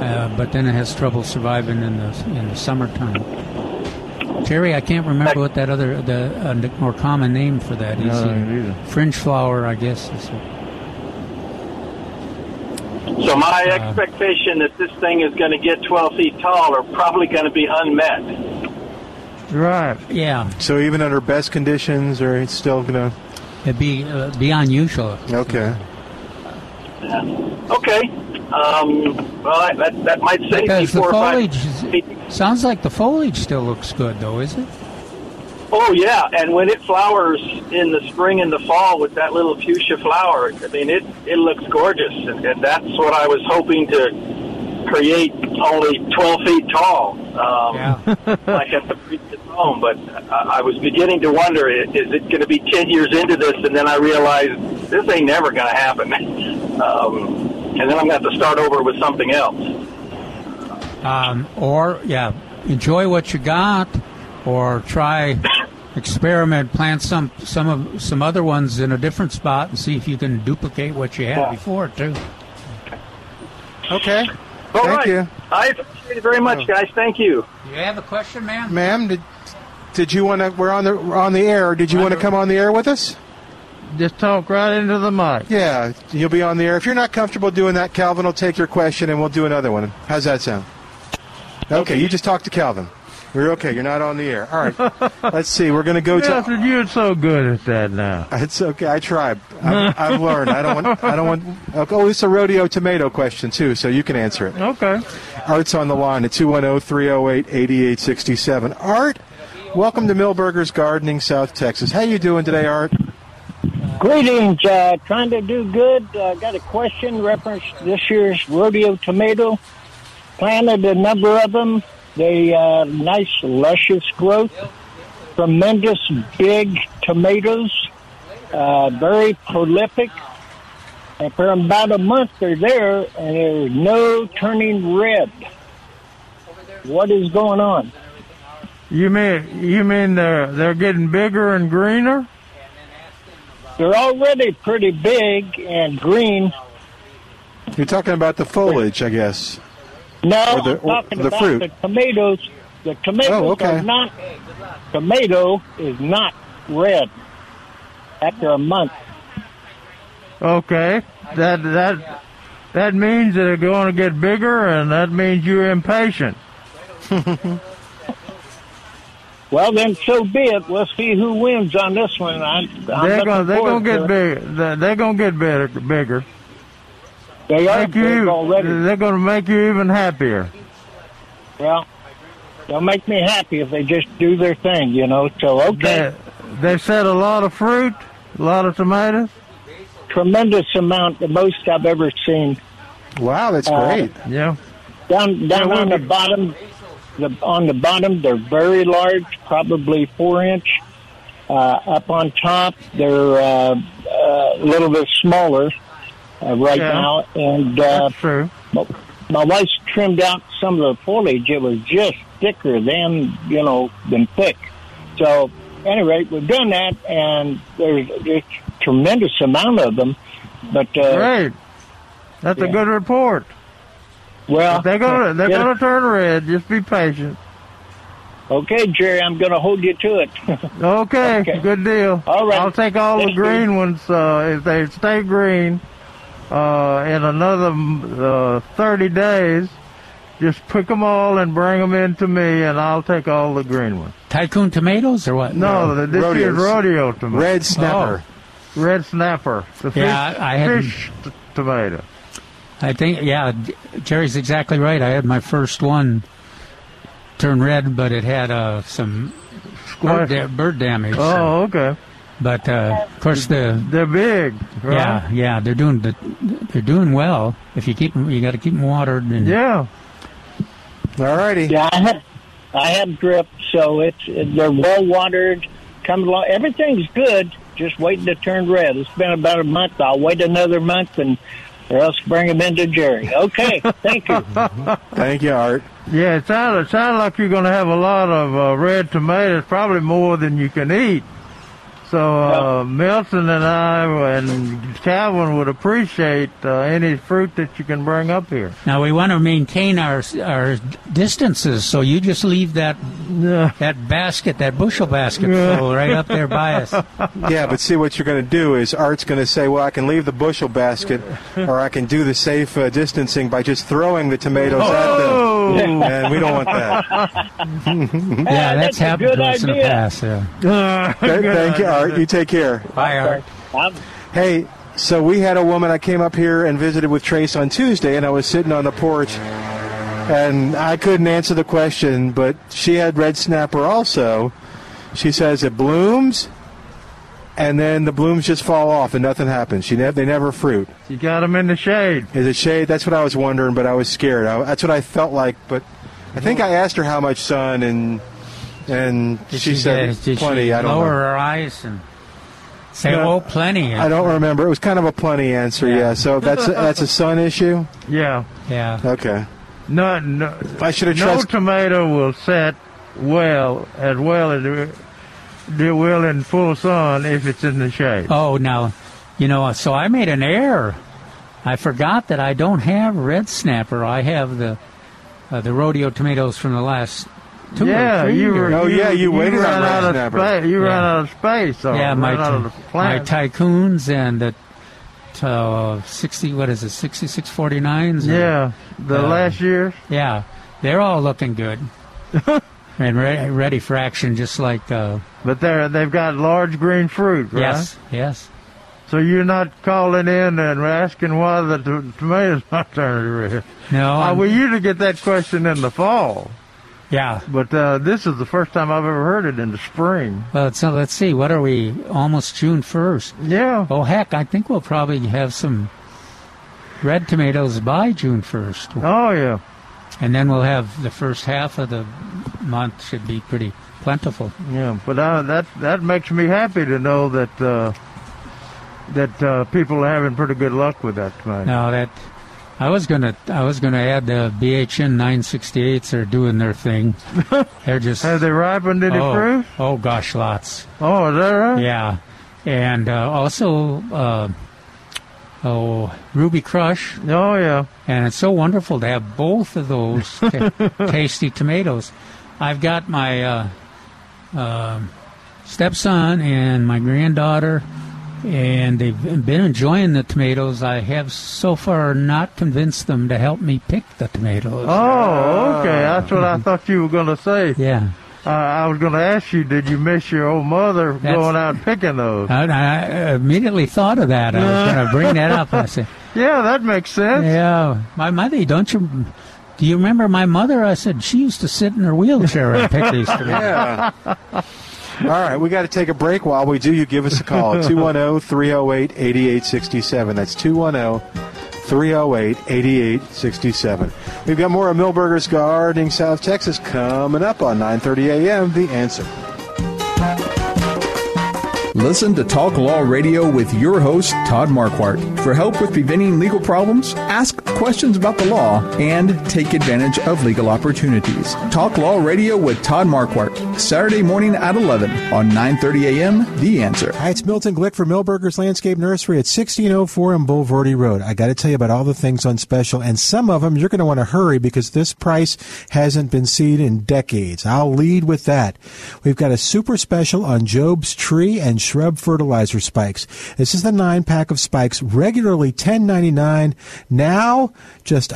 S3: uh, but then it has trouble surviving in the in the summertime. Jerry, I can't remember what that other the uh, the more common name for that is.
S4: No, I don't
S3: here. Fringe flower, I guess. Is
S10: So my
S3: Uh,
S10: expectation that this thing is going to get 12 feet tall are probably going to be unmet.
S4: Right.
S3: Yeah.
S2: So even under best conditions, or it's still gonna.
S3: It'd be uh, beyond usual.
S2: Okay.
S10: Okay. Um, well, I- that, that might save me
S3: Because the
S10: four or five
S3: foliage is, sounds like the foliage still looks good, though, is it?
S10: Oh yeah, and when it flowers in the spring and the fall with that little fuchsia flower, I mean it it looks gorgeous, and, and that's what I was hoping to create, only twelve feet tall, um, like at the previous home. But I, I was beginning to wonder, i- is it going to be ten years into this? And then I realized this ain't never going to happen, um, and then I'm going to have to start over with something else.
S3: Um, or yeah, enjoy what you got, or try experiment, plant some some of some other ones in a different spot, and see if you can duplicate what you had before too.
S2: Okay.
S10: All
S2: Thank
S10: right.
S2: you. Oh.
S10: I appreciate it very much, guys. Thank you.
S3: Oh. You have a question, ma'am?
S2: Ma'am, did, did you want to? We're on the we're on the air. Did you want to come on the air with us?
S4: Just talk right into the mic.
S2: Yeah, you'll be on the air. If you're not comfortable doing that, Calvin will take your question and we'll do another one. How's that sound? Okay, you just talk to Calvin. You're okay. You're not on the air. All right. Let's see. We're going to go to.
S4: Justin, you're so good at that now.
S2: It's okay. I tried. I've, I've learned. I don't want. I don't want. okay, Oh, it's a rodeo tomato question too, so you can answer it.
S4: Okay.
S2: Art's on the line at oh, 210-308-8867. Art, welcome to Millburgers Gardening, South Texas. How you doing today, Art?
S11: Greetings. Uh, trying to do good. Uh, got a question reference to this year's rodeo tomato. Planted a number of them. They uh, nice, luscious growth. Tremendous big tomatoes. Uh, very prolific. And for about a month, they're there, and there's no turning red. What is going on?
S4: You mean you mean they're they're getting bigger and greener?
S11: They're already pretty big and green.
S2: You're talking about the foliage, I guess.
S11: No,
S2: Or the-
S11: I'm
S2: or
S11: talking
S2: the
S11: about
S2: fruit.
S11: the tomatoes. The tomatoes
S2: Oh, okay.
S11: are not. Tomato is not red after a month.
S4: Okay. That that that means they're going to get bigger, and that means you're impatient.
S11: Well, then so be it. We'll see who wins on this one. I, I'm
S4: They're
S11: looking
S4: gonna they're gonna
S11: forward
S4: get
S11: to it.
S4: bigger. They're, they're gonna get better, bigger.
S11: They are
S4: Make
S11: big
S4: you,
S11: already.
S4: they're gonna make you even happier.
S11: Well, they'll make me happy if they just do their thing, you know. So okay,
S4: They, they said a lot of fruit, a lot of tomatoes.
S11: tremendous amount, the most I've ever seen.
S2: Wow, that's
S11: Uh,
S2: great.
S4: Yeah.
S11: Down down
S4: Yeah,
S11: on the
S4: we'll be-
S11: bottom, the, on the bottom, they're very large, probably four inch. Uh, up on top, they're uh, uh, a little bit smaller uh, right
S4: Yeah.
S11: now. And uh,
S4: true.
S11: My, my wife's trimmed out some of the foliage. It was just thicker than you know than thick. So, anyway, we've done that, and there's a tremendous amount of them. But uh,
S4: Great. That's a
S11: Yeah.
S4: good report.
S11: Well,
S4: they're gonna they're
S11: yeah.
S4: gonna turn red. Just be patient.
S11: Okay, Jerry, I'm going to hold you to it.
S4: okay, good deal.
S11: All right.
S4: I'll take all the
S11: Thank you.
S4: green ones uh, if they stay green. Uh, in another mm, uh, 30 days, just pick them all and bring them in to me, and I'll take all the green ones.
S3: Tycoon tomatoes or what? Oh.
S4: No, the this year's rodeo tomato.
S3: Red snapper.
S4: Red snapper. The
S3: Yeah,
S4: fish,
S3: I- I hadn't-
S4: fish t- tomato.
S3: I think, yeah, D- Jerry's exactly right. I had my first one turn red, but it had uh, some bird,
S4: Squash.
S3: da- bird damage.
S4: Oh, okay.
S3: But uh, of course, the
S4: they're big. right?
S3: Yeah, yeah, they're doing the, they're doing well. If you keep them, you got to keep them watered. And,
S4: yeah.
S2: All righty.
S11: Yeah, I have, I have drip, so it's they're well watered. Comes along, everything's good. Just waiting to turn red. It's been about a month. I'll wait another month, and or else bring them into Jerry. Okay, thank you.
S2: Thank you, Art.
S4: Yeah, it sounded, it sounded like you're going to have a lot of uh, red tomatoes, probably more than you can eat. So uh, Milton and I and Calvin would appreciate uh, any fruit that you can bring up here.
S3: Now we want to maintain our our distances, so you just leave that that basket, that bushel basket
S2: Yeah.
S3: full right up there by us.
S2: Yeah, but see what you're going to do is Art's going to say, "Well, I can leave the bushel basket, or I can do the safe uh, distancing by just throwing the tomatoes
S4: Oh!
S2: at them," and we don't want that.
S3: yeah, that's,
S11: that's a
S3: happened
S11: good
S3: to us in the
S11: idea.
S3: past. Yeah.
S2: Th- Thank you, Art. You take care.
S3: Oh, Bye, Art.
S2: Hey, so we had a woman. I came up here and visited with Trace on Tuesday, and I was sitting on the porch, and I couldn't answer the question, but she had red snapper also. She says it blooms, and then the blooms just fall off, and nothing happens. She never they never fruit.
S4: You got them in the shade.
S2: Is it shade? That's what I was wondering, but I was scared. I, that's what I felt like, but I think I asked her how much sun, and and she, said
S3: did she
S2: plenty. I don't
S3: lower
S2: know.
S3: her eyes and say,
S2: No,
S3: "Oh, plenty."
S2: I don't remember. It was kind of a plenty answer, yeah. So that's a, that's a sun issue.
S4: Yeah.
S3: Yeah.
S2: Okay.
S4: No, no.
S2: I should have
S4: No
S2: trust-
S4: tomato will set well as well as it it will in full sun if it's in the shade.
S3: Oh, now, you know, so I made an error. I forgot that I don't have red snapper. I have the uh, the rodeo tomatoes from the last two
S4: Oh, yeah,
S3: or three
S4: you
S3: years.
S4: were. you, you ran out of space. You ran out of space. Or
S3: yeah, my
S4: ran out
S3: ty-
S4: of the
S3: my
S4: plant.
S3: tycoons and the t- uh, sixty. What is it? Uh, Sixty six forty nines.
S4: Yeah, the last year.
S3: Yeah, they're all looking good and re- ready for action, just like. Uh,
S4: But they're they've got large green fruit, right?
S3: Yes, yes.
S4: So you're not calling in and asking why the t- tomatoes not turning red.
S3: No,
S4: uh,
S3: I'm-
S4: we usually get that question in the fall.
S3: Yeah.
S4: But uh, this is the first time I've ever heard it in the spring.
S3: Well, so let's see. What are we? Almost June first.
S4: Yeah.
S3: Oh heck, I think we'll probably have some red tomatoes by June first.
S4: Oh yeah.
S3: And then we'll have the first half of the month should be pretty plentiful.
S4: Yeah, but uh, that that makes me happy to know that uh, that uh, people are having pretty good luck with that tomato.
S3: Now that I was gonna, I was gonna add the BHN 968s are doing their thing. They're just have
S4: they ripened any
S3: oh,
S4: fruit?
S3: Oh gosh, lots.
S4: Oh, is that right?
S3: Yeah, and uh, also, uh, oh, Ruby Crush.
S4: Oh yeah,
S3: and it's so wonderful to have both of those ta- tasty tomatoes. I've got my uh, um stepson and my granddaughter, and they've been enjoying the tomatoes. I have so far not convinced them to help me pick the tomatoes.
S4: Oh, okay. That's what I thought you were going to say.
S3: Yeah.
S4: Uh, I was going to ask you, did you miss your old mother
S3: That's-
S4: going out picking those?
S3: I, I immediately thought of that. I was going to bring that up. I said,
S4: Yeah, that makes sense.
S3: "Yeah, my mother, don't you? Do you remember my mother?" I said, "She used to sit in her wheelchair and pick these tomatoes."
S2: Yeah. All right, we got to take a break. While oh, we do, you give us a call 210 308 8867. That's 210 308 8867. We've got more of Millburgers Gardening South Texas coming up on 9:30 a.m. The Answer.
S12: Listen to Talk Law Radio with your host, Todd Marquardt. For help with preventing legal problems, ask questions about the law, and take advantage of legal opportunities. Talk Law Radio with Todd Marquardt, Saturday morning at 11 on 9.30 a.m. The Answer.
S2: Hi, it's Milton Glick from Millburgers Landscape Nursery at 1604 on Boulevardy Road. I got to tell you about all the things on special, and some of them you're going to want to hurry because this price hasn't been seen in decades. I'll lead with that. We've got a super special on Job's tree and shrub fertilizer spikes. This is the nine pack of spikes, regularly $10.99. Now, just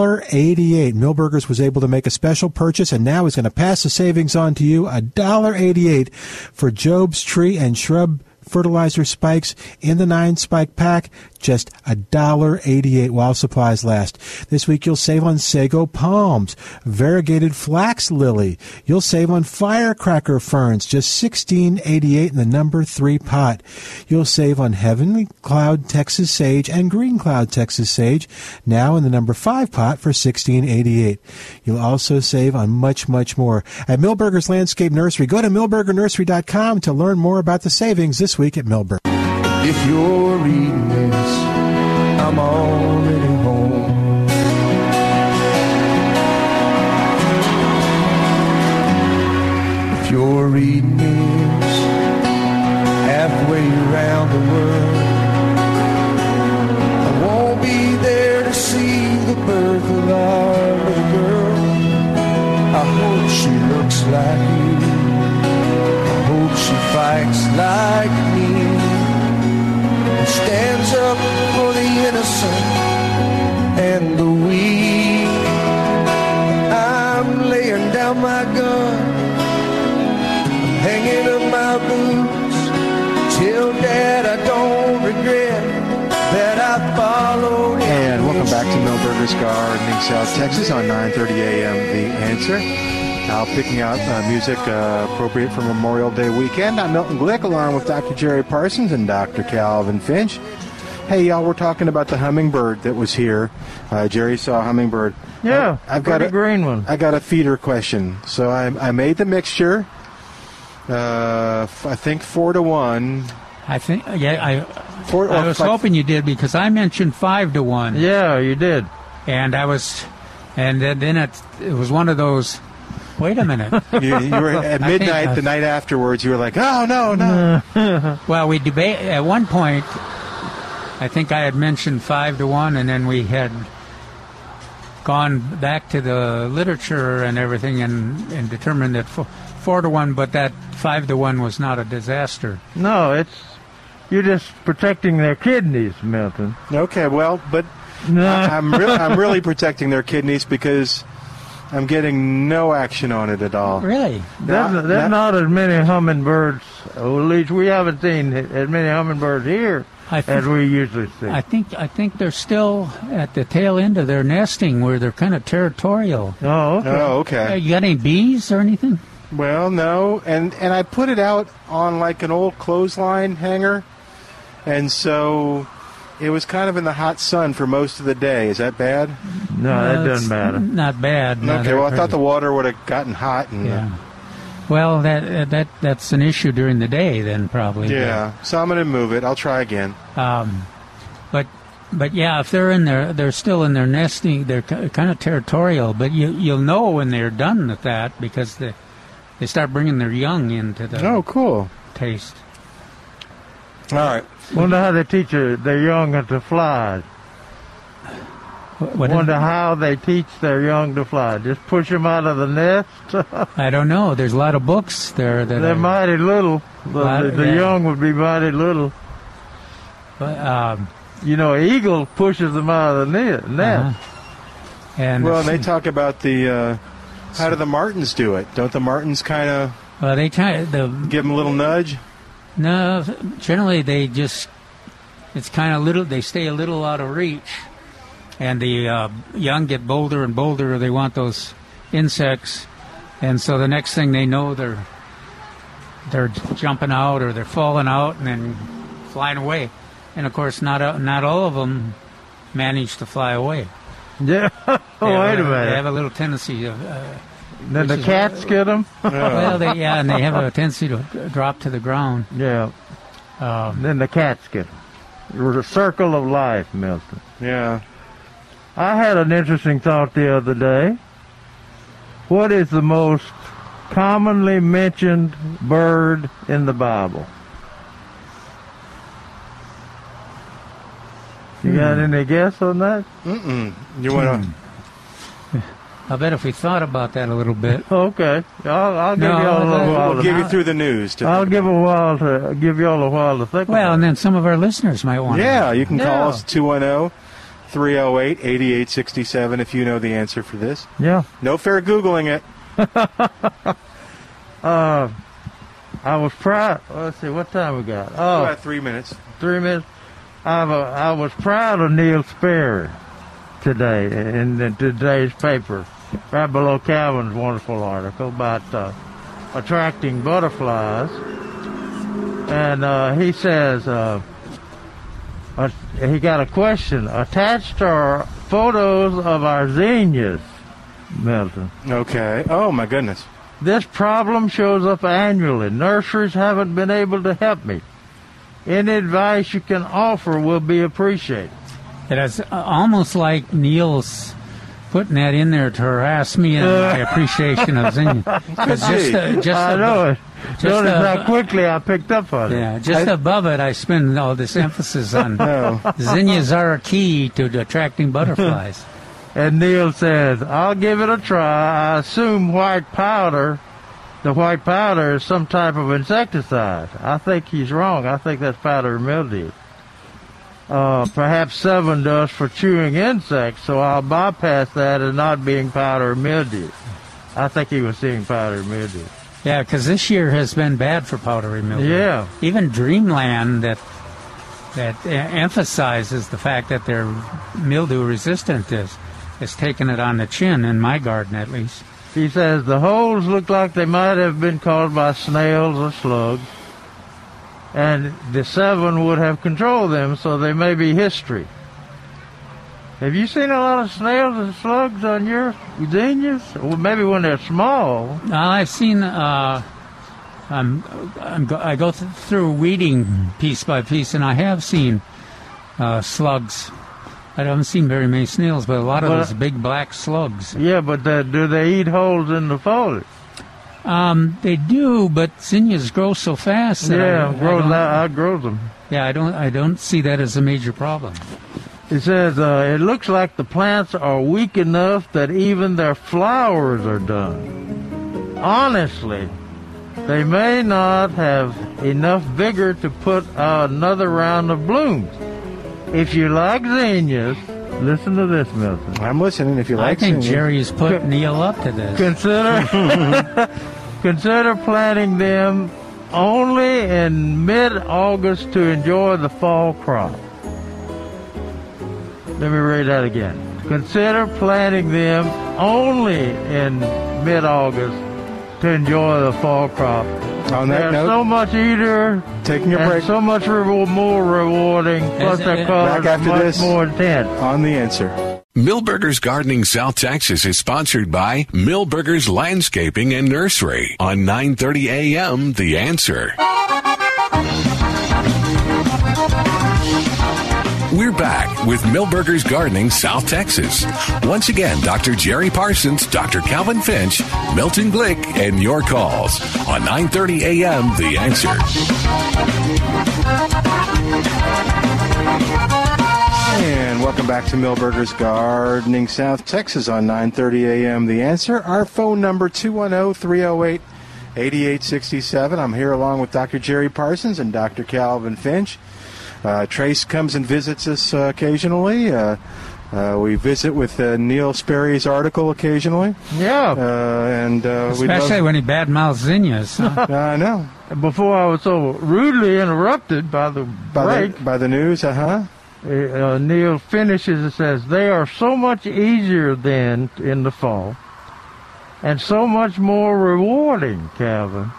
S2: $1.88. Millburgers was able to make a special purchase, and now he's going to pass the savings on to you. $1.88 for Job's tree and shrub fertilizer spikes in the nine spike pack, just $1.88 while supplies last. This week you'll save on sago palms, variegated flax lily. You'll save on firecracker ferns, just $16.88 in the number three pot. You'll save on heavenly cloud Texas sage and green cloud Texas sage, now in the number five pot for $16.88. You'll also save on much, much more. At Millburgers Landscape Nursery, go to millburgernursery.com to learn more about the savings this week at Millburgers.
S8: If you're reading this, I'm already home. If you're reading this, halfway around the world, I won't be there to see the birth of our little girl. I hope she looks like you. I hope she fights like me and stands up for the innocent and the weak. I'm laying down my gun, hanging up my boots. Till dad, I don't regret that I followed. him.
S2: And welcome back to Millburgers Gardening, South Texas on 9:30 a.m. The Answer. Now picking out uh, music uh, appropriate for Memorial Day weekend. I'm Milton Glick, along with Dr. Jerry Parsons and Dr. Calvin Finch. Hey y'all, we're talking about the hummingbird that was here. Uh, Jerry saw a hummingbird.
S4: Yeah,
S2: I- I've got
S4: pretty
S2: a green one. I got a feeder question. So I, I made the mixture. Uh, f- I think four to one.
S3: I think yeah. I
S2: Four,
S3: I was
S2: like-
S3: hoping you did because I mentioned five to one.
S4: Yeah, you did.
S3: And I was, and then, then it it was one of those. Wait a minute.
S2: you, you were at
S3: I think
S2: midnight
S3: I-
S2: the night afterwards. You were like, oh no, no.
S3: well, we debate at one point. I think I had mentioned five to one, and then we had gone back to the literature and everything, and, and determined that four, four to one, but that five to one was not a disaster.
S4: No, it's you're just protecting their kidneys, Milton.
S2: Okay, well, but I, am really, I'm really protecting their kidneys because I'm getting no action on it at all.
S3: Really?
S4: There's,
S2: Now-
S4: there's
S2: now-
S4: not as many hummingbirds, or at least we haven't seen as many hummingbirds here
S3: I think-
S4: as we usually see.
S3: I think I think they're still at the tail end of their nesting, where they're kind of territorial.
S4: Oh, okay.
S2: Oh, okay.
S3: Uh, you got any bees or anything?
S2: Well, no, and and I put it out on like an old clothesline hanger, and so it was kind of in the hot sun for most of the day. Is that bad?
S4: no, that
S3: Uh, it's
S4: doesn't matter.
S3: Not bad. No,
S2: okay.
S3: they're
S2: Well, I thought
S3: pretty-
S2: the water would have gotten hot and.
S3: Yeah. Well, that that that's an issue during the day then probably. but,
S2: Yeah, so I'm going to move it. I'll try again.
S3: Um, but but yeah, if they're in their they're still in their nesting, they're kind of territorial. But you you'll know when they're done with that because they they start bringing their young into the
S2: Oh, cool.
S3: taste.
S2: All right.
S4: Wonder how they teach their their young to fly.
S3: What, what is
S4: Wonder
S3: it?
S4: how they teach their young to fly. Just push them out of the nest.
S3: I don't know. There's a lot of books there that
S4: They're
S3: are-
S4: mighty little. The, the, the
S3: Yeah.
S4: young would be mighty little.
S3: but, um,
S4: You know, an eagle pushes them out of the ne- nest.
S3: Uh-huh. and
S2: Well, and they talk about the uh, how do the Martins do it? Don't the Martins kind of
S3: well, they
S2: Uh,
S3: try the
S2: give them a little nudge?
S3: No, generally they just it's kind of little. They stay a little out of reach, and the uh, young get bolder and bolder. They want those insects, and so the next thing they know, they're they're jumping out or they're falling out and then flying away. And of course, not uh, not all of them manage to fly away.
S4: Yeah. Oh,
S3: They have
S4: Wait a
S3: They
S4: minute.
S3: have a little tendency of. Uh, which
S4: Then the
S3: is-
S4: cats get 'em?
S3: well, they, yeah, and they have a tendency to drop to the ground. Um,
S4: Yeah. then the cats get them. It was a circle of life, Milton.
S2: Yeah.
S4: I had an interesting thought the other day. What is the most commonly mentioned bird in the Bible? You got
S3: Hmm.
S4: any guess on that?
S2: Mm-mm.
S3: You wanna- I bet if we thought about that a little bit.
S4: Okay. I'll, I'll give you all a little while to-
S2: the news.
S4: I'll give a while to give you all a while to think.
S3: Well, and then some of our listeners might want.
S2: Yeah, you can
S3: Yeah.
S2: call us oh, 210 308 8867 if you know the answer for this.
S4: Yeah.
S2: No fair Googling it.
S4: Uh, I was proud. Let's see, what time we got? Oh,
S2: About three minutes.
S4: Three minutes. I, wa- I was proud of Neil Sperry today in the, today's paper, right below Calvin's wonderful article about uh, attracting butterflies. And uh, he says uh, uh, he got a question attached are photos of our zinnias, Milton.
S2: Okay. Oh my goodness.
S4: This problem shows up annually. Nurseries haven't been able to help me. Any advice you can offer will be appreciated.
S3: It is uh, almost like Neil's putting that in there to harass me and my appreciation of Zinnia. 'Cause just, uh, just
S4: I
S3: ab-
S4: know it.
S3: just
S4: Notice
S3: ab-
S4: how quickly I picked up on it.
S3: Yeah, just
S4: I,
S3: above it, I spend all this emphasis on
S4: No.
S3: zinnias are a key to attracting butterflies.
S4: And Neil says, I'll give it a try. I assume white powder, the white powder is some type of insecticide. I think he's wrong. I think that's powdery mildew. Uh, perhaps seven dust for chewing insects, so I'll bypass that as not being powdery mildew. I think he was seeing powdery mildew.
S3: Yeah, because this year has been bad for powdery mildew.
S4: Yeah.
S3: even Dreamland that that e- emphasizes the fact that they're mildew resistant is is taking it on the chin in my garden at least.
S4: He says the holes look like they might have been caused by snails or slugs, and the seven would have controlled them, so they may be history. Have you seen a lot of snails and slugs on your zinnias? Well, maybe when they're small.
S3: Now I've seen. Uh, I'm, I'm go, I go th- through weeding piece by piece, and I have seen uh, slugs. I haven't seen very many snails, but a lot of
S4: But-
S3: those big black slugs.
S4: Yeah, but the, do they eat holes in the foliage?
S3: Um, they do, but zinnias grow so fast. That
S4: yeah,
S3: I, I
S4: grows
S3: don't-
S4: out, outgrows them.
S3: Yeah, I don't. I don't see that as a major problem.
S4: It says uh, it looks like the plants are weak enough that even their flowers are done. Honestly, they may not have enough vigor to put out another round of blooms. If you like zinnias, listen to this, Milton.
S2: I'm listening. If you
S3: I think Jerry's put Neil up to this.
S4: Consider consider planting them only in mid-August to enjoy the fall crop. Let me read that again. Consider planting them only in mid-August to enjoy the fall crop.
S2: On
S4: They're
S2: that note,
S4: so much easier,
S2: taking a
S4: and
S2: break.
S4: so much reward, more rewarding. Plus, their colors
S2: Back
S4: are
S2: after
S4: much
S2: this.
S4: more intense.
S2: On the answer.
S1: Millburgers Gardening South Texas is sponsored by Millburgers Landscaping and Nursery on 9:30 a.m. The Answer. We're back with Millburgers Gardening South Texas. Once again, Dr. Jerry Parsons, Dr. Calvin Finch, Milton Glick, and your calls on 9:30 a.m. The Answer.
S2: And welcome back to Millburgers Gardening South Texas on 9:30 a.m. The answer. Our phone number 210-308-8867. I'm here along with Dr. Jerry Parsons and Dr. Calvin Finch. Uh, Trace comes and visits us uh, occasionally. Uh, uh, we visit with uh, Neil Sperry's article occasionally.
S4: Yeah.
S2: Uh, and uh, we love-
S3: Especially when he badmouths zinnias. huh?
S2: I know.
S4: Before I was so rudely interrupted by the
S2: by
S4: break,
S2: the, by the news, uh huh.
S4: Uh, Neil finishes and says, They are so much easier than in the fall and so much more rewarding, Calvin.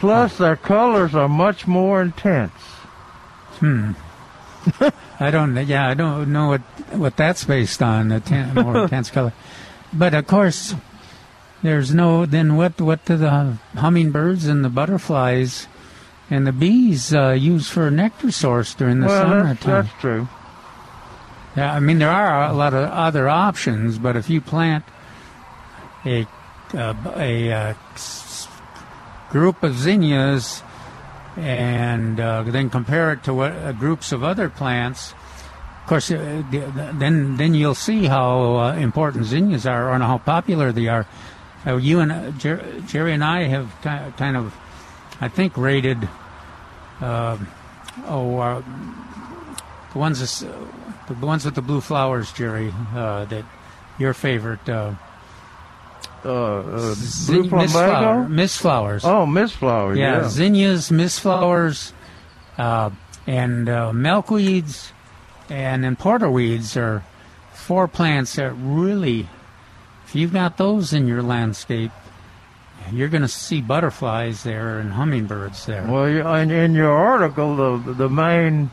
S4: Plus, their colors are much more intense.
S3: Hmm. I don't. Yeah, I don't know what what that's based on. The tan, more intense color, but of course, there's no. Then what? What do the hummingbirds and the butterflies and the bees uh, use for a nectar source during the
S4: well, that's,
S3: summertime?
S4: that's true.
S3: Yeah, I mean there are a lot of other options, but if you plant a a, a, uh, s- group of zinnias and uh, then compare it to what uh, groups of other plants, of course, uh, th- then then you'll see how uh, important zinnias are and how popular they are. Uh, you and uh, Jer- Jerry and I have ki- kind of, I think, rated. Uh, oh, uh, the ones that's, uh, the ones with the blue flowers, Jerry. Uh, that your favorite. Uh,
S4: Uh,
S3: Zin-
S4: Blue
S3: Miss
S4: Plumbago?
S3: Flower- Miss Flowers.
S4: Oh, Miss Flowers.
S3: yeah,
S4: Yeah.
S3: zinnias, Miss Flowers, uh, and uh, milkweeds, and then porterweeds are four plants that really, if you've got those in your landscape, you're going to see butterflies there and hummingbirds there.
S4: Well, you- in, in your article, the the main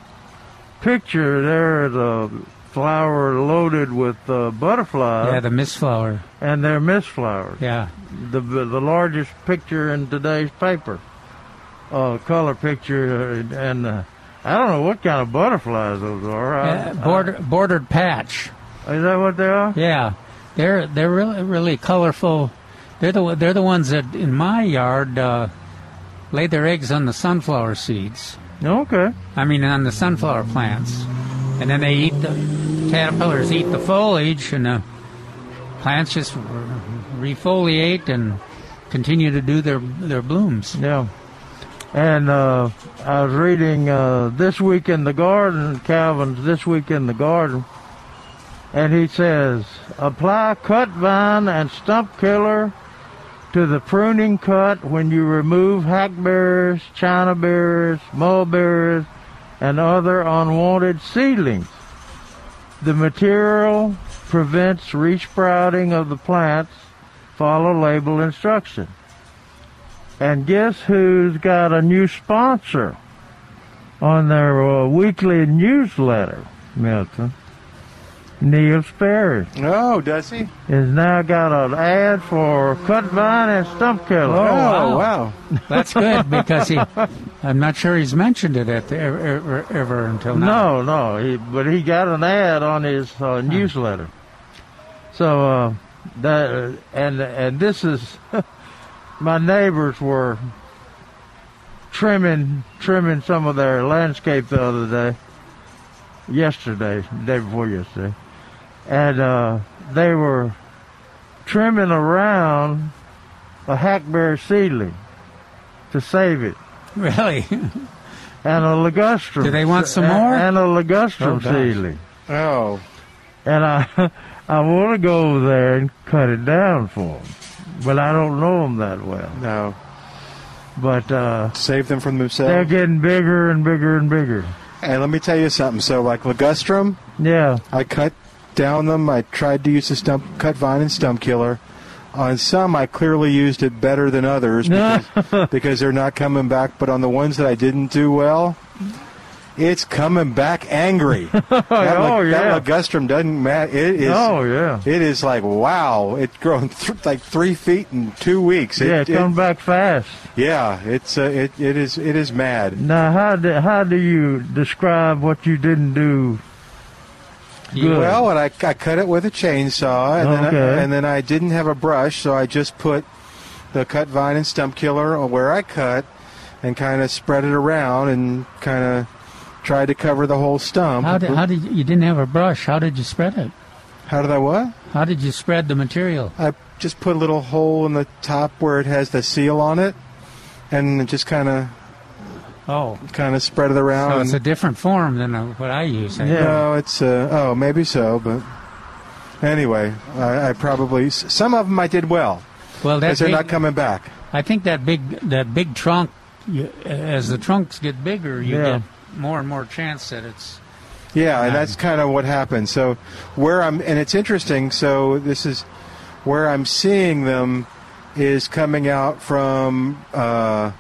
S4: picture there is a flower loaded with uh, butterflies.
S3: yeah, the Miss Flower.
S4: and they're mist flowers.
S3: Yeah.
S4: The the largest picture in today's paper, uh, color picture, uh, and uh, I don't know what kind of butterflies those are. I-
S3: Uh, border, bordered patch.
S4: Is that what they are?
S3: Yeah, they're they're really really colorful. They're the they're the ones that in my yard uh, lay their eggs on the sunflower seeds.
S4: Okay.
S3: I mean on the sunflower plants, and then they eat the caterpillars eat the foliage, and the plants just refoliate and continue to do their their blooms.
S4: Yeah. And uh, I was reading uh, This Week in the Garden, Calvin's This Week in the Garden, and he says, apply cut vine and stump killer to the pruning cut when you remove hackberries, china berries, mulberries, and other unwanted seedlings. The material prevents resprouting of the plants. Follow label instruction. And guess who's got a new sponsor on their uh, weekly newsletter, Milton? Neil Sperry.
S2: Oh, does he?
S4: Has now got an ad for cut vine and stump killer.
S2: Oh, wow.
S3: That's good because he. I'm not sure he's mentioned it at the, ever, ever, ever until now.
S4: No, no, he, but he got an ad on his uh, newsletter. So uh, that and and this is my neighbors were trimming trimming some of their landscape the other day, yesterday, day before yesterday, and uh, they were trimming around a hackberry seedling to save it.
S3: Really?
S4: And a ligustrum.
S3: Do they want some
S4: and-
S3: more?
S4: And a ligustrum
S3: Oh, gosh.
S4: seedling.
S2: Oh.
S4: And I, I want to go over there and cut it down for them, but I don't know them that well.
S2: No.
S4: But uh,
S2: save them from
S4: They're
S2: themselves.
S4: getting bigger and bigger and bigger.
S2: And let me tell you something. So, like ligustrum,
S4: yeah,
S2: I cut down them. I tried to use the stump cut vine and stump killer. On some, I clearly used it better than others because, because they're not coming back. But on the ones that I didn't do well, it's coming back angry. that, lig-
S4: Oh, yeah.
S2: that ligustrum doesn't matter. It is.
S4: Oh, yeah.
S2: It is like wow. It's grown th- like three feet in two weeks. It,
S4: yeah, it
S2: it-
S4: come back fast.
S2: yeah. It's uh, it, it is it is mad.
S4: Now, how do how do you describe what you didn't do? Good.
S2: Well, and I, I cut it with a chainsaw, and, then
S4: Okay.
S2: I, and then I didn't have a brush, so I just put the cut vine and stump killer where I cut, and kind of spread it around and kind of tried to cover the whole stump.
S3: How did, how did you didn't have a brush? How did you spread it?
S2: How did I what?
S3: How did you spread the material?
S2: I just put a little hole in the top where it has the seal on it, and just kind of
S3: Oh,
S2: kind of spread it around.
S3: so it's a
S2: and-
S3: different form than uh, what I use. I
S2: No, it's uh, oh maybe so, but anyway, I, I probably s- some of them I did well.
S3: Well, that
S2: because they're
S3: big-
S2: not coming back.
S3: I think that big that big trunk, you, as the trunks get bigger, you
S2: Yeah.
S3: get more and more chance that it's.
S2: Yeah, and that's kind of what happened. So where I'm, and it's interesting. So this is where I'm seeing them is coming out from, uh,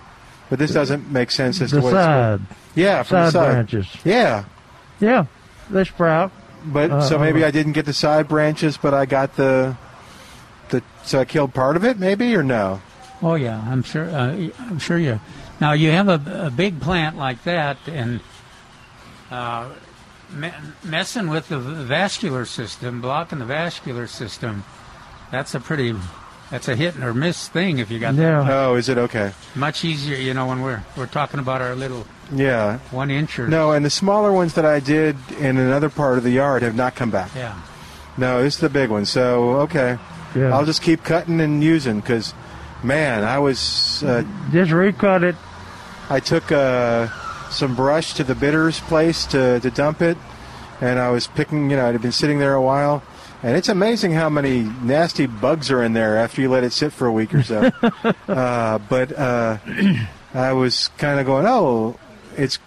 S2: but this doesn't make sense as
S4: The
S2: to what.
S4: side.
S2: It's, yeah, from
S4: Side
S2: the side
S4: branches.
S2: Yeah,
S4: Yeah, Uh, they sprout.
S2: But so maybe I didn't get the side branches, but I got the the so I killed part of it, maybe or no?
S3: Oh yeah, I'm sure. Uh, I'm sure you. Now you have a, a big plant like that, and uh, me- messing with the vascular system, blocking the vascular system, that's a pretty, that's a hit or miss thing if you got that.
S2: Oh, is it okay?
S3: Much easier, you know, when we're we're talking about our little
S2: Yeah.
S3: one incher.
S2: No, and the smaller ones that I did in another part of the yard have not come back.
S3: Yeah.
S2: No, this is the big one. So okay,
S4: Yeah.
S2: I'll just keep cutting and using because, man, I was uh,
S4: just recut it.
S2: I took uh, some brush to the bitters place to to dump it, and I was picking. You know, it had been sitting there a while, and it's amazing how many nasty bugs are in there after you let it sit for a week or so. uh, but uh, I was kind of going, oh, it's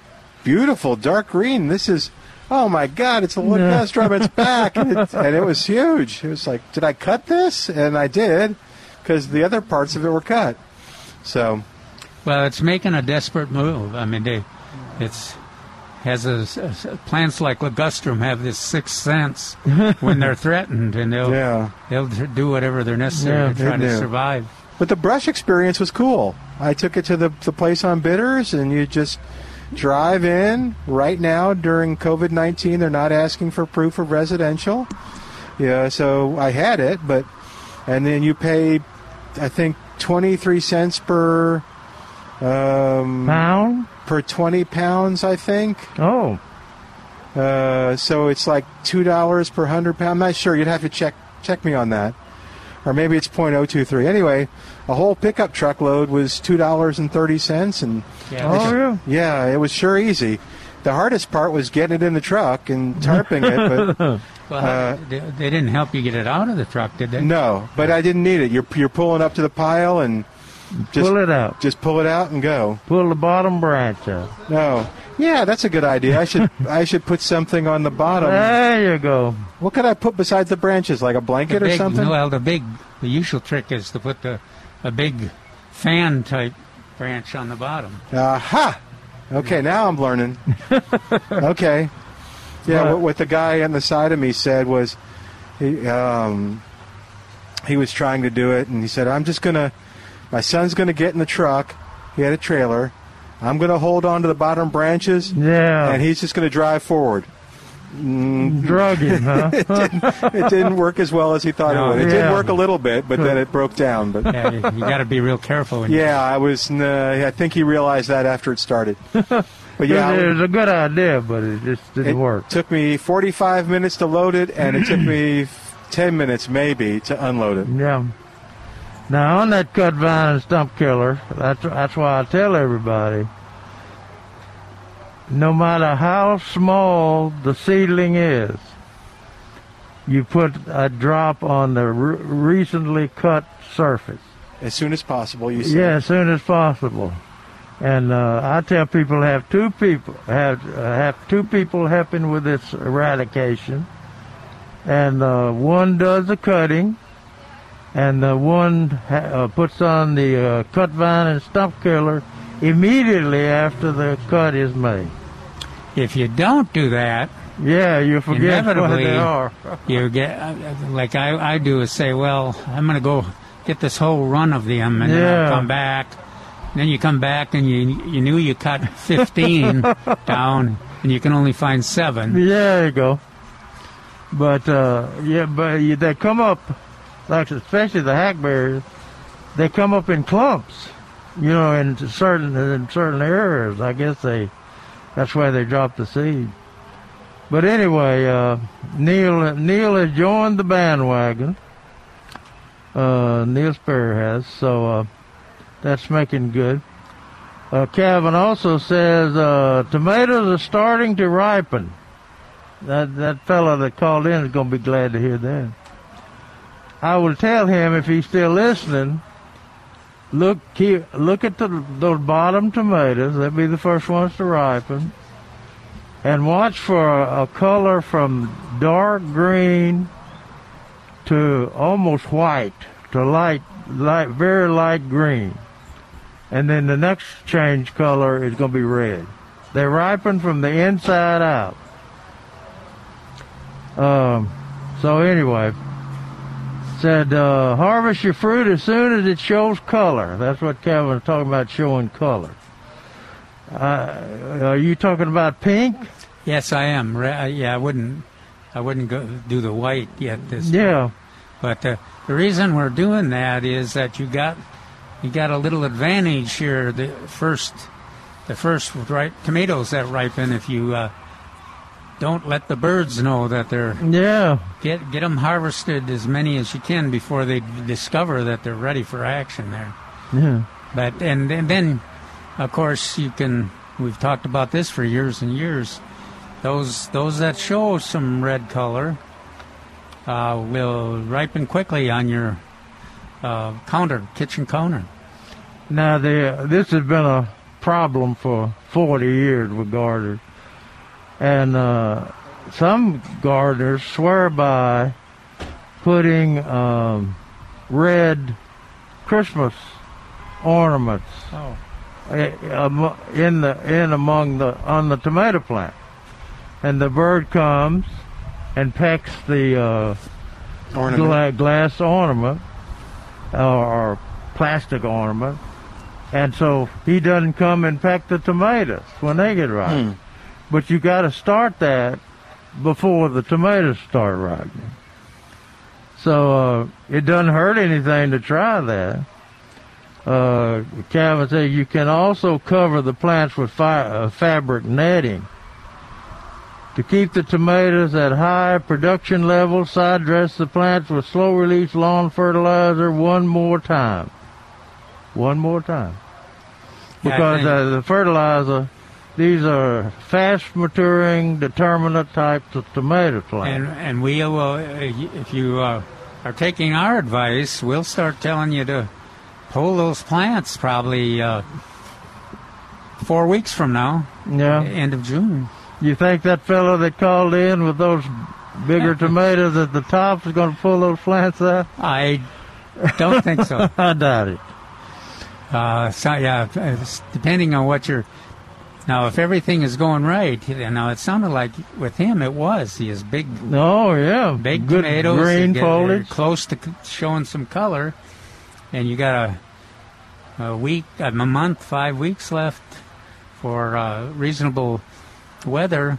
S2: beautiful, dark green. This is. Oh my God! It's a wood
S13: Yeah.
S2: pest from its back, and it, and it was huge. It was like, did I cut this? And I did, because the other parts of it were cut. So
S3: Well, it's making a desperate move. I mean, they, it's has a, s- s- plants like ligustrum have this sixth sense when they're threatened, and they'll
S2: Yeah.
S3: they'll do whatever they're necessary
S2: Yeah,
S3: to try
S2: they
S3: to
S2: do.
S3: survive.
S2: But the brush experience was cool. I took it to the, the place on Bitters, and you just drive in right now during COVID 19. They're not asking for proof of residential. Yeah, so I had it, but, and then you pay, I think, 23 cents per um,
S4: pound?
S2: Per 20 pounds, I think.
S4: Oh.
S2: Uh, so it's like $2 per 100 pound. I'm not sure. You'd have to check, check me on that or maybe it's .023. Anyway, a whole pickup truck load was two dollars and thirty cents, and
S4: Yeah. Oh, yeah.
S2: yeah, it was sure easy. The hardest part was getting it in the truck and tarping it, but uh,
S3: Well, they, they didn't help you get it out of the truck, did they?
S2: no, but I didn't need it. You're you're pulling up to the pile and just
S4: Pull it out.
S2: Just pull it out and go.
S4: Pull the bottom branch out.
S2: No, yeah, that's a good idea. I should I should put something on the bottom.
S4: There you go.
S2: What could I put besides the branches, like a blanket
S3: The
S2: or
S3: big-
S2: something?
S3: Well, the big, the usual trick is to put the, a big fan type branch on the bottom.
S2: Aha! Okay, now I'm learning. okay. Yeah, what, what the guy on the side of me said was he, um, he was trying to do it, and he said, I'm just going to, my son's going to get in the truck. He had a trailer. I'm going to hold on to the bottom branches.
S4: Yeah.
S2: And he's just going to drive forward. Mm.
S4: Drug him, huh?
S2: it, didn't, it didn't work as well as he thought
S3: No,
S2: it would. It
S3: yeah.
S2: did work a little bit, but then it broke down. But
S3: Yeah, you, got to be real careful. When you-
S2: yeah, I was. Uh, I think he realized that after it started. But yeah,
S4: it,
S2: I-
S4: was a good idea, but it just didn't
S2: it
S4: work.
S2: took me 45 minutes to load it, and it took me f- 10 minutes maybe to unload it.
S4: Yeah. Now on that cut vine and stump killer, that's that's why I tell everybody. No matter how small the seedling is, you put a drop on the re- recently cut surface.
S2: As soon as possible, you said.
S4: Yeah, as soon as possible. And uh, I tell people have two people have uh, have two people helping with this eradication, and uh, one does the cutting, and uh, one ha- uh, puts on the uh, cut vine and stump killer immediately after the cut is made.
S3: If you don't do that,
S4: yeah, you forget what
S3: inevitably
S4: they are.
S3: you get like I, I do is say, well, I'm going to go get this whole run of them, and then
S4: Yeah.
S3: I'll come back. And then you come back and you you knew you cut 15 down, and you can only find seven.
S4: Yeah, there you go. But uh, yeah, but you, they come up, like especially the hackberries, they come up in clumps. You know, in certain in certain areas. I guess they, that's why they drop the seed. But anyway, uh, Neil Neil has joined the bandwagon. Uh, Neil Sperry has, so uh, that's making good. Uh, Calvin also says uh, tomatoes are starting to ripen. That that fellow that called in is going to be glad to hear that. I will tell him if he's still listening. Look, keep, look at the those bottom tomatoes. They'll be the first ones to ripen, and watch for a, a color from dark green to almost white to light, light, very light green, and then the next change color is going to be red. They ripen from the inside out. Um, so anyway, said uh, harvest your fruit as soon as it shows color. That's what Kevin was talking about showing color. Uh, are you talking about pink?
S3: Yes, I am. Re- I- Yeah, I wouldn't. I wouldn't go do the white yet. This
S4: Yeah.
S3: time. But uh, the reason we're doing that is that you got you got a little advantage here. The first the first ripe tomatoes that ripen if you uh, don't let the birds know that they're
S4: yeah
S3: get get them harvested as many as you can before they discover that they're ready for action there.
S4: Yeah.
S3: But and, and then, of course, you can. We've talked about this for years and years. Those those that show some red color uh, will ripen quickly on your uh, counter, kitchen counter.
S4: Now, the, this has been a problem for 40 years with gardeners. And uh, some gardeners swear by putting um, red Christmas ornaments
S3: Oh.
S4: i- amo- in the in among the on the tomato plant, and the bird comes and pecks the uh,
S2: Ornament.
S4: gla- glass ornament or, or plastic ornament, and so he doesn't come and peck the tomatoes when they get ripe. But you got to start that before the tomatoes start ripening. So uh, it doesn't hurt anything to try that. Uh, Calvin said you can also cover the plants with fi- uh, fabric netting to keep the tomatoes at high production levels. Side dress the plants with slow release lawn fertilizer one more time. One more time,
S3: Yeah, I
S4: because
S3: think-
S4: uh, the fertilizer. These are fast maturing, determinate types of tomato plants.
S3: And and we will uh, if you uh, are taking our advice, we'll start telling you to pull those plants probably uh, four weeks from now.
S4: Yeah.
S3: End of June.
S4: You think that fellow that called in with those bigger tomatoes at the top is going to pull those plants out?
S3: I don't think so.
S4: I doubt it.
S3: Uh, so yeah, it's depending on what you're. Now, if everything is going right, now it sounded like with him it was. He is big.
S4: Oh yeah,
S3: big
S4: Good
S3: tomatoes,
S4: green
S3: they get- they're
S4: foliage.
S3: close to c- showing some color, and you got a, a week, a m- month, five weeks left for uh, reasonable weather.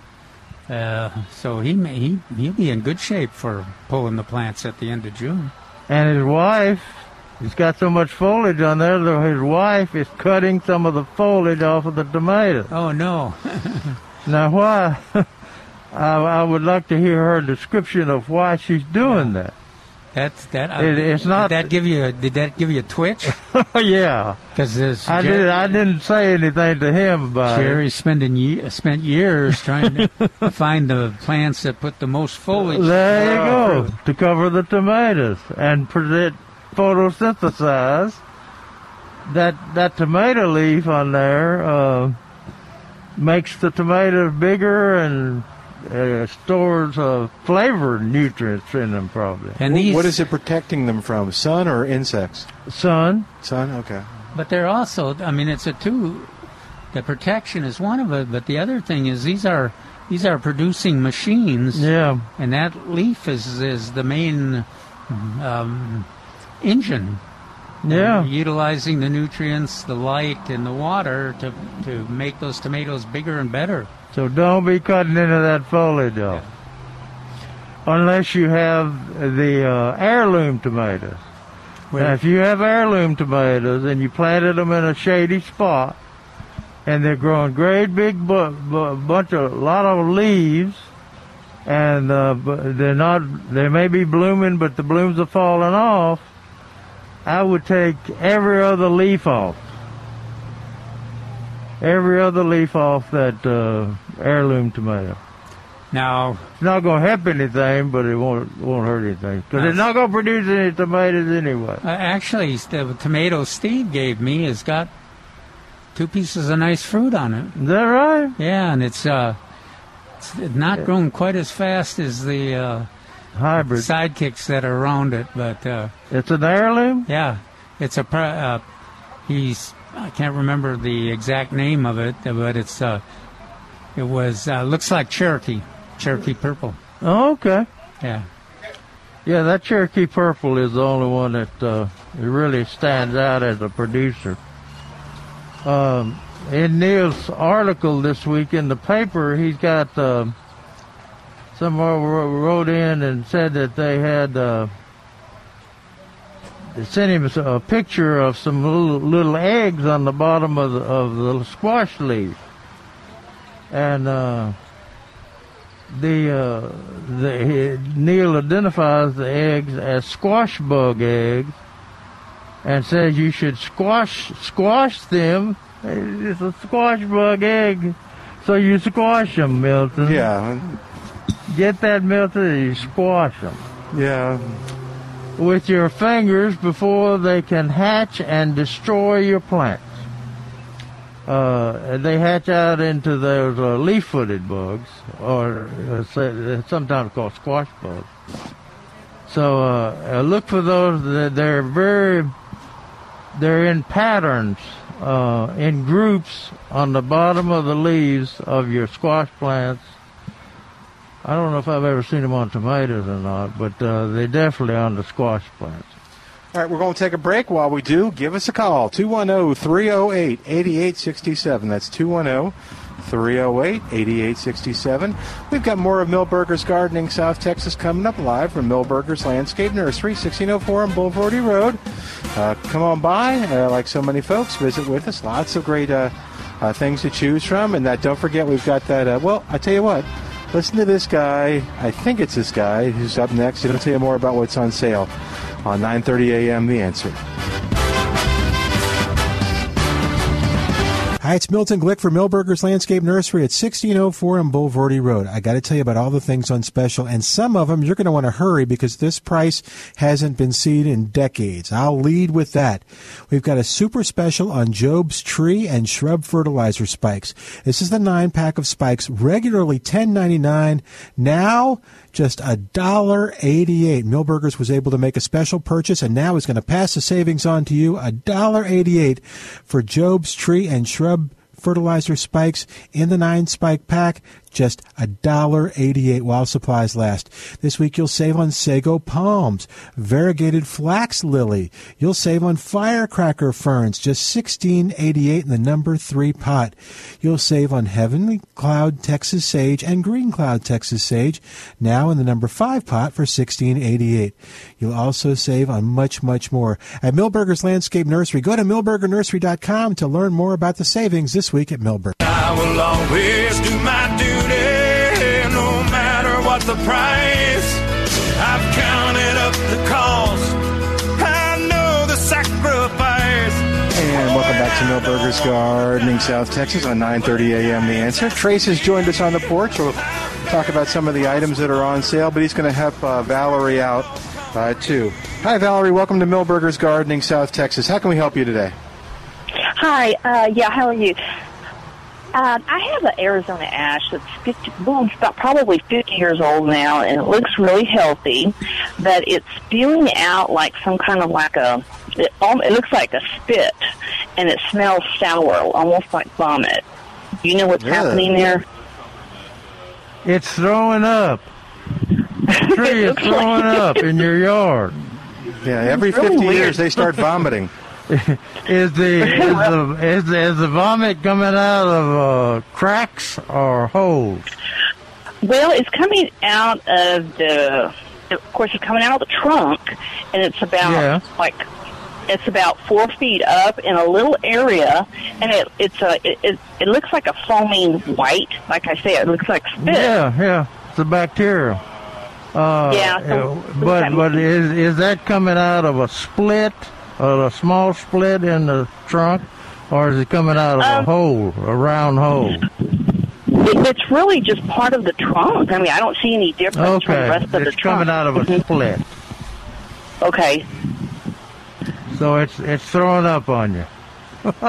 S3: Uh, so he may he he'll be in good shape for pulling the plants at the end of June.
S4: And his wife, he's got so much foliage on there that his wife is cutting some of the foliage off of the tomatoes.
S3: Oh no!
S4: now why? I, I would like to hear her description of why she's doing that.
S3: That's that. uh,
S4: It- it's not-
S3: Did that give you? A, did that give you a twitch?
S4: yeah.
S3: Because this.
S4: I
S3: Jer-
S4: did. I didn't say anything to him about it.
S3: Jerry spending ye- spent years trying to find the plants that put the most foliage.
S4: There you
S2: Oh.
S4: go. To cover the tomatoes and present photosynthesize. That that tomato leaf on there uh, makes the tomatoes bigger and uh, stores uh, flavor nutrients in them, probably.
S2: Wh- what is it protecting them from? Sun or insects?
S4: Sun.
S2: Sun. Okay.
S3: But they're also. I mean, it's a two. The protection is one of it, but the other thing is these are these are producing machines.
S4: Yeah.
S3: And that leaf is is the main um, engine.
S4: Yeah.
S3: Utilizing the nutrients, the light, and the water to to make those tomatoes bigger and better.
S4: So don't be cutting into that foliage off. Unless you have the uh, heirloom tomatoes.
S3: Well-
S4: now, if you have heirloom tomatoes and you planted them in a shady spot, and they're growing great big bu- bu- bunch of lot of leaves, and uh, bu- they're not they may be blooming, but the blooms are falling off. I would take every other leaf off every other leaf off that uh, heirloom tomato.
S3: Now,
S4: It's not going to help anything, but it won't won't hurt anything because it's not going to produce any tomatoes anyway.
S3: Uh, actually, the tomato Steve gave me has got two pieces of nice fruit on it.
S4: Is that right?
S3: Yeah, and it's uh, it's not grown quite as fast as the uh,
S4: hybrid
S3: sidekicks that are around it, but uh,
S4: it's an heirloom.
S3: Yeah, it's a pro- uh, he's I can't remember the exact name of it, but it's uh, it was uh, looks like Cherokee, Cherokee purple.
S4: Oh, okay.
S3: Yeah.
S4: Yeah, that Cherokee Purple is the only one that uh, it really stands out as a producer. Um, in Neil's article this week in the paper, he's got uh, someone wro- wrote in and said that they had uh, they sent him a a picture of some little, little eggs on the bottom of the, of the squash leaf, and. Uh, the, uh, the he- Neil identifies the eggs as squash bug eggs and says you should squash squash them. It's a squash bug egg, so you squash them, Milton.
S2: Yeah.
S4: Get that, Milton. You squash them.
S2: Yeah.
S4: With your fingers before they can hatch and destroy your plants. Uh, and they hatch out into those uh, leaf-footed bugs, or uh, say- sometimes called squash bugs. So uh, uh, look for those. that- They're very, they're in patterns, uh, in groups on the bottom of the leaves of your squash plants. I don't know if I've ever seen them on tomatoes or not, but uh, they're definitely on the squash plants.
S2: All right, we're going to take a break. While we do, give us a call oh, 210 308 8867. That's oh, 210 308 8867. We've got more of Millburgers Gardening South Texas coming up live from Millburgers Landscape Nursery, 1604 on Boulevard Road. Uh, come on by, uh, like so many folks, visit with us. Lots of great uh, uh, things to choose from. And that, don't forget, we've got that. Uh, well, I tell you what, listen to this guy. I think it's this guy who's up next. He'll tell you more about what's on sale on 9:30 a.m. The Answer. Hi, it's Milton Glick for Millburgers Landscape Nursery at 1604 on Boulevardy Road. I got to tell you about all the things on special, and some of them you're going to want to hurry because this price hasn't been seen in decades. I'll lead with that. We've got a super special on Job's tree and shrub fertilizer spikes. This is the nine pack of spikes, regularly $10.99. Now, just a dollar eighty-eight. Millburgers was able to make a special purchase, and now is going to pass the savings on to you. A dollar eighty-eight for Job's tree and shrub fertilizer spikes in the nine spike pack. Just a dollar eighty-eight while supplies last. This week you'll save on sago palms, variegated flax lily. You'll save on firecracker ferns. Just sixteen eighty-eight in the number three pot. You'll save on heavenly cloud Texas sage and green cloud Texas sage, now in the number five pot for sixteen eighty-eight. You'll also save on much, much more at Millburgers Landscape Nursery. Go to millburgernursery.com to learn more about the savings this week at Millburger.
S13: I will always do my duty, no matter what the price. I've counted up the cost. I know the sacrifice.
S2: And welcome back to Millburgers Gardening, South Texas on 9:30 a.m. The Answer. Trace has joined us on the porch. We'll talk about some of the items that are on sale, but he's going to help uh, Valerie out uh, too. Hi, Valerie. Welcome to Millburgers Gardening, South Texas. How can we help you today?
S14: Hi, uh, yeah, how are you? Um, I have an Arizona ash that's 50, well, it's about probably 50 years old now, and it looks really healthy, but it's spewing out like some kind of like a, it, al- it looks like a spit, and it smells sour, almost like vomit. Do you know what's
S4: Really?
S14: happening there?
S4: It's throwing up. The tree is throwing up in your yard.
S2: Yeah, every It's really 50 years weird. they start vomiting.
S4: is the is the is the, is the vomit coming out of uh, cracks or holes?
S14: Well, it's coming out of the, of course, it's coming out of the trunk, and it's about
S4: Yeah.
S14: like it's about four feet up in a little area, and it it's a it, it, it looks like a foaming white. Like I said, it looks like spit.
S4: Yeah, yeah, it's a bacteria. Uh,
S14: Yeah, so-
S4: uh, but but is is that coming out of a split, or a small split in the trunk, or is it coming out of a hole, a round hole? Mm-hmm.
S14: It, it's really just part of the trunk. I mean, I don't see any difference from the
S4: Okay,
S14: rest of the
S4: it's coming
S14: trunk.
S4: out of a split,
S14: Okay,
S4: so it's it's throwing up on you.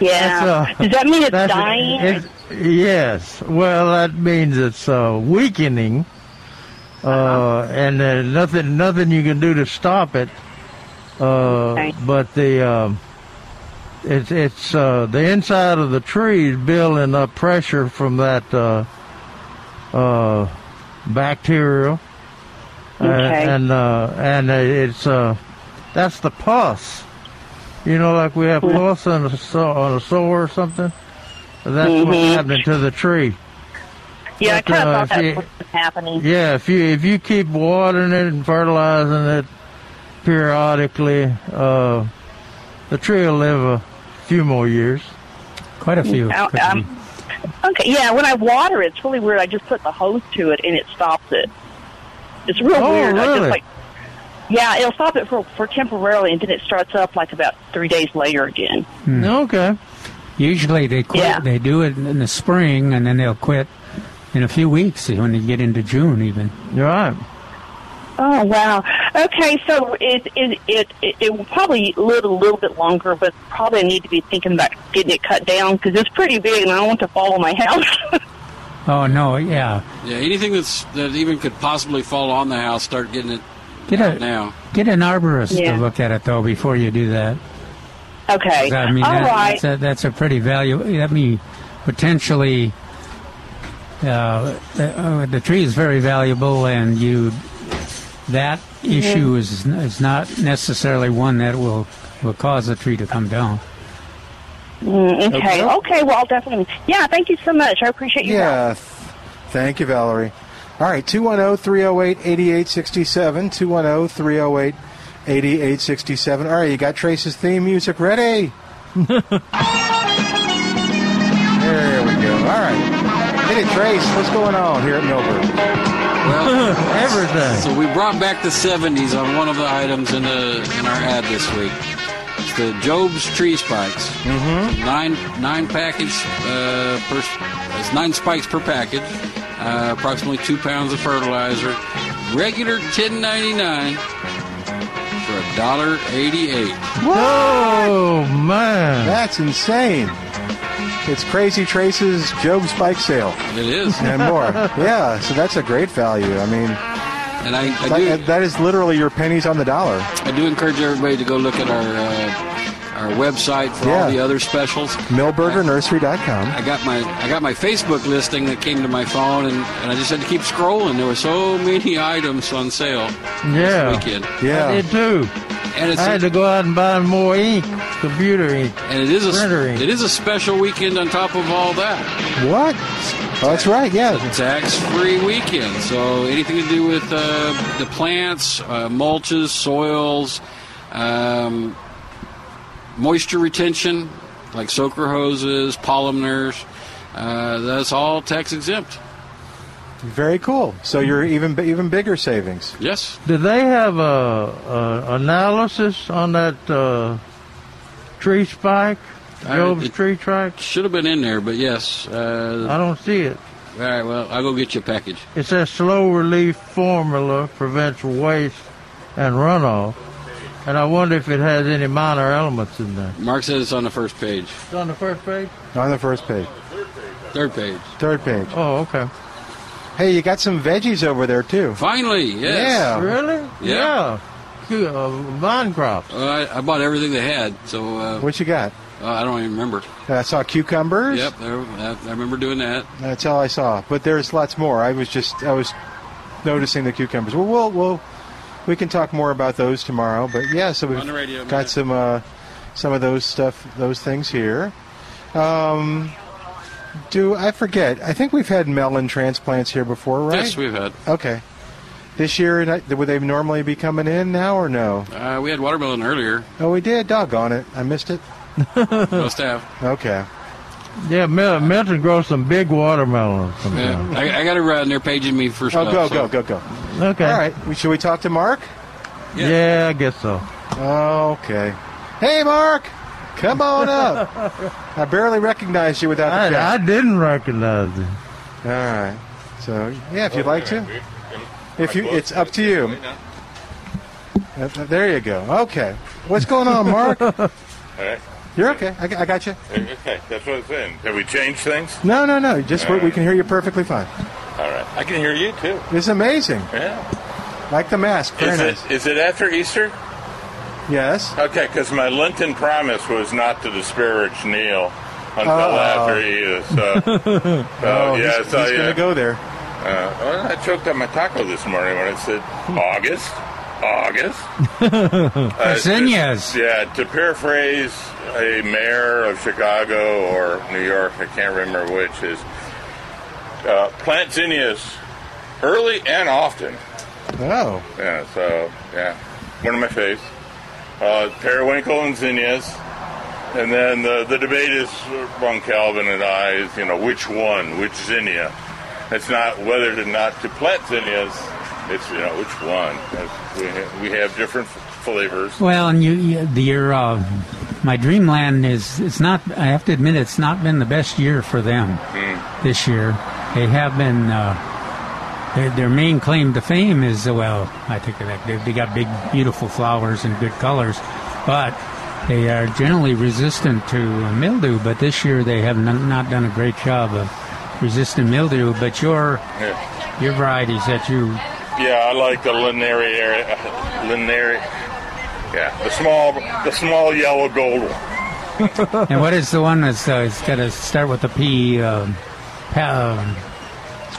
S14: yeah.
S4: That's, uh,
S14: Does that mean it's
S4: that's-
S14: dying?
S4: it's- yes. Well, that means it's uh, weakening, uh,
S14: Uh-huh.
S4: and there's nothing nothing you can do to stop it. Uh, But the um, it's it's uh, the inside of the tree is building up pressure from that uh, uh, bacteria Uh,
S14: Okay.
S4: and uh, and it's uh, that's the pus. You know, like we
S14: Hmm.
S4: have pus on a so on a sore or something. That's what's
S14: Mhm.
S4: happening to the tree.
S14: Yeah, I
S4: But,
S14: kind
S4: uh,
S14: of thought
S4: if
S14: that
S4: you-
S14: was happening.
S4: Yeah, if you if you keep watering it and fertilizing it periodically, uh, the tree will live a few more years.
S3: Quite a few.
S14: I- I'm- okay, yeah, when I water it, it's really weird. I just put the hose to it and it stops it. It's real
S4: Oh,
S14: weird. I
S4: really?
S14: just like, yeah, it'll stop it for, for temporarily and then it starts up like about three days later again.
S4: Okay.
S3: Hmm. Usually they quit.
S14: Yeah.
S3: They do it in the spring, and then they'll quit in a few weeks when they get into June, even.
S4: You're right.
S14: Oh wow! Okay, so it it it it, it will probably live a little bit longer, but probably need to be thinking about getting it cut down because it's pretty big, and I don't want to fall on my house.
S3: Oh no, yeah.
S5: Yeah, anything that's that even could possibly fall on the house, start getting it
S3: Get a
S5: now.
S3: get an arborist
S14: Yeah.
S3: to look at it though before you do that.
S14: okay,
S3: 'Cause, I mean,
S14: all
S3: that-
S14: right.
S3: that's, a, that's a pretty valuable. I mean, potentially, uh, uh, the tree is very valuable, and you that
S14: Mm-hmm.
S3: issue is is not necessarily one that will will cause the tree to come down.
S14: Mm, okay,
S2: Okay.
S14: okay. Well, I'll definitely. Yeah, thank you so much. I appreciate you.
S2: Yeah. th- Thank you, Valerie. All right, oh, 210 308 8867. 210 308 8867. All right, you got Trace's theme music ready. there we go. All right. Hit it, Trace. What's going on here at Millburg?
S4: Everything.
S5: So we brought back the 70s on one of the items in the in our ad this week. It's the Job's tree spikes. Mm-hmm. Nine nine package uh, per it's nine spikes per package. Uh, approximately two pounds of fertilizer. Regular ten ninety nine for a dollar eighty eight.
S4: Oh man,
S2: that's insane! It's crazy. Trace's Job's bike sale
S5: It is
S2: and more. yeah, so that's a great value. I mean,
S5: And I, I do
S2: that, that is literally your pennies on the dollar.
S5: I do encourage everybody to go look at our uh, our website for all
S2: Yeah.
S5: the other specials.
S2: millburgernursery.com.
S5: I got my I got my Facebook listing that came to my phone, and, and I just had to keep scrolling. There were so many items on sale
S4: Yeah.
S5: this weekend.
S4: I did too.
S5: And it's
S4: I had to go out and buy more ink, computer ink.
S5: and it is
S4: Printer
S5: a
S4: ink.
S5: it is a special weekend on top of all that.
S2: What? Oh, that's right. Yeah.
S5: Tax free weekend. So anything to do with uh, the plants, uh, mulches, soils, um, moisture retention, like soaker hoses, polymers. Uh, that's all tax exempt.
S2: Very cool. So you're even even bigger savings.
S5: Yes.
S4: Do they have a, a analysis on that uh, tree spike?
S5: I-
S4: Job's
S5: it-
S4: tree spike?
S5: Should have been in there, but yes. Uh,
S4: I don't see it.
S5: All right, well, I'll go get you a package.
S4: It says slow relief formula prevents waste and runoff. And I wonder if it has any minor elements in there.
S5: Mark says it's on the first page,
S4: It's on the first page?
S2: On the first page,
S5: third page.
S2: third page.
S4: Oh, okay.
S2: Hey, you got some veggies over there too.
S5: Finally, yes.
S2: Yeah.
S4: Really?
S5: Yeah.
S4: Yeah. Good, Uh, vine crop.
S5: Uh, I, I bought everything they had, so uh,
S2: What you got? Uh,
S5: uh, I don't even remember.
S2: I saw cucumbers.
S5: Yep, there, I, I remember doing that.
S2: That's all I saw. But there's lots more. I was just I was noticing the cucumbers. Well, we'll, we'll we can talk more about those tomorrow. But yeah, so we've
S5: On the radio,
S2: got
S5: man.
S2: some uh, some of those stuff, those things here. Um, do I forget? I think we've had melon transplants here before, right?
S5: Yes, we've had.
S2: Okay. This year, not- would they normally be coming in now or no?
S5: Uh, we had watermelon earlier.
S2: Oh, we did. Doggone it. I missed it.
S5: Must have.
S2: Okay.
S4: Yeah, Mel- Milton grows some big watermelons.
S5: Yeah. I, I got to run. They're paging me for
S2: Oh,
S5: stuff.
S2: go,
S5: so-
S2: go, go, go.
S4: Okay.
S2: All right. We- Should we talk to Mark?
S4: Yeah. I guess so. Oh,
S2: Okay. Hey, Mark. Come on up. I barely recognized you without the
S4: I, I
S2: cap.
S4: didn't recognize it.
S2: All right. So, yeah, if you'd like to. If you, it's up to you. Uh, There you go. Okay. What's going on, Mark?
S15: All right.
S2: You're okay. I, I got you.
S15: Okay, that's what I'm saying. Have we changed things?
S2: No, no, no. Just we, we can hear you perfectly fine.
S15: All right. I can hear you too.
S2: It's amazing.
S15: Yeah.
S2: Like the mask. Very
S15: Is
S2: nice.
S15: it is it after Easter?
S2: Yes.
S15: Okay, because my Lenten promise was not to disparage Neil until
S2: Oh.
S15: after he is. So, so
S2: oh,
S15: yeah,
S2: he's,
S15: so
S2: he's
S15: yeah.
S2: gonna go there.
S15: Uh, well, I choked on my taco this morning when I said
S2: Hmm.
S15: August, August. Uh,
S3: Zinnias.
S15: to- Yeah, to paraphrase a mayor of Chicago or New York, I can't remember which, is uh, plant zinnias early and often.
S2: Oh.
S15: Yeah, so, yeah, one of my faves. Uh, periwinkle and zinnias. And then the, the debate is among Calvin and I is, you know, which one, which zinnia. It's not whether or not to plant zinnias, it's, you know, which one. That's- We, ha- we have different f- flavors.
S3: Well, and you, you the- your uh, my dreamland is it's not. I have to admit, it's not been the best year for them
S15: Mm.
S3: this year. They have been. Uh, their, their main claim to fame is uh, well, I think that they, they got big, beautiful flowers and good colors, but they are generally resistant to mildew. But this year, they have n- not done a great job of resisting mildew. But your
S15: Yeah.
S3: your varieties that you
S15: Yeah, I like the Linnaria, area- Linnaria, yeah, the small, the small yellow gold one.
S3: and what is the one that's uh, it's got to start with a P? Um, pa- um,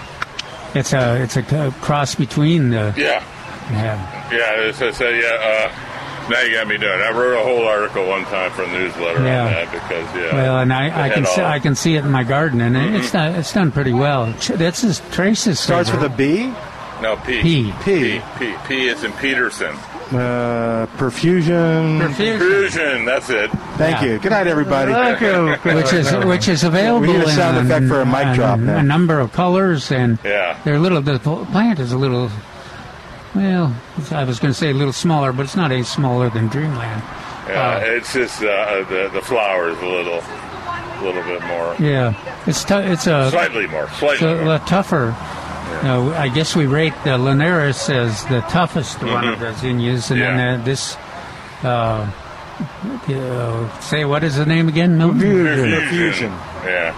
S3: it's a it's a c- cross between the
S15: Yeah.
S3: yeah.
S15: Yeah, as I said, yeah. Uh, now you got me doing. it. I wrote a whole article one time for the newsletter
S3: Yeah.
S15: on that because yeah.
S3: Well, and I, I
S15: it
S3: can
S15: had
S3: see,
S15: all-
S3: I can see it in my garden, and it
S15: Mm-hmm.
S3: it's done, it's done pretty well. Ch- That's his traces.
S15: Starts
S2: with a B.
S15: No P.
S3: P.
S15: P. P. P. is in Peterson.
S2: Uh,
S3: Mm.
S2: perfusion.
S15: Perfusion. That's it.
S2: Thank you. Good night, everybody.
S3: Which is which is available.
S2: We need a sound
S3: in,
S2: effect for a mic
S3: in
S2: drop.
S3: A
S2: Now.
S3: number of colors, and
S15: Yeah.
S3: they're a little. The pl- plant is a little. Well, I was going to say a little smaller, but it's not any smaller than Dreamland.
S15: Yeah, it's just uh, the the flowers a little, little bit more.
S3: Yeah, it's tou- it's a
S15: Slightly more, slightly
S3: it's a,
S15: more.
S3: lot tougher. Now, I guess we rate the Linares as the toughest one
S15: Mhm.
S3: of the zinnias, and then uh, this. Uh, uh, say what is the name again?
S15: Perfusion. Yeah.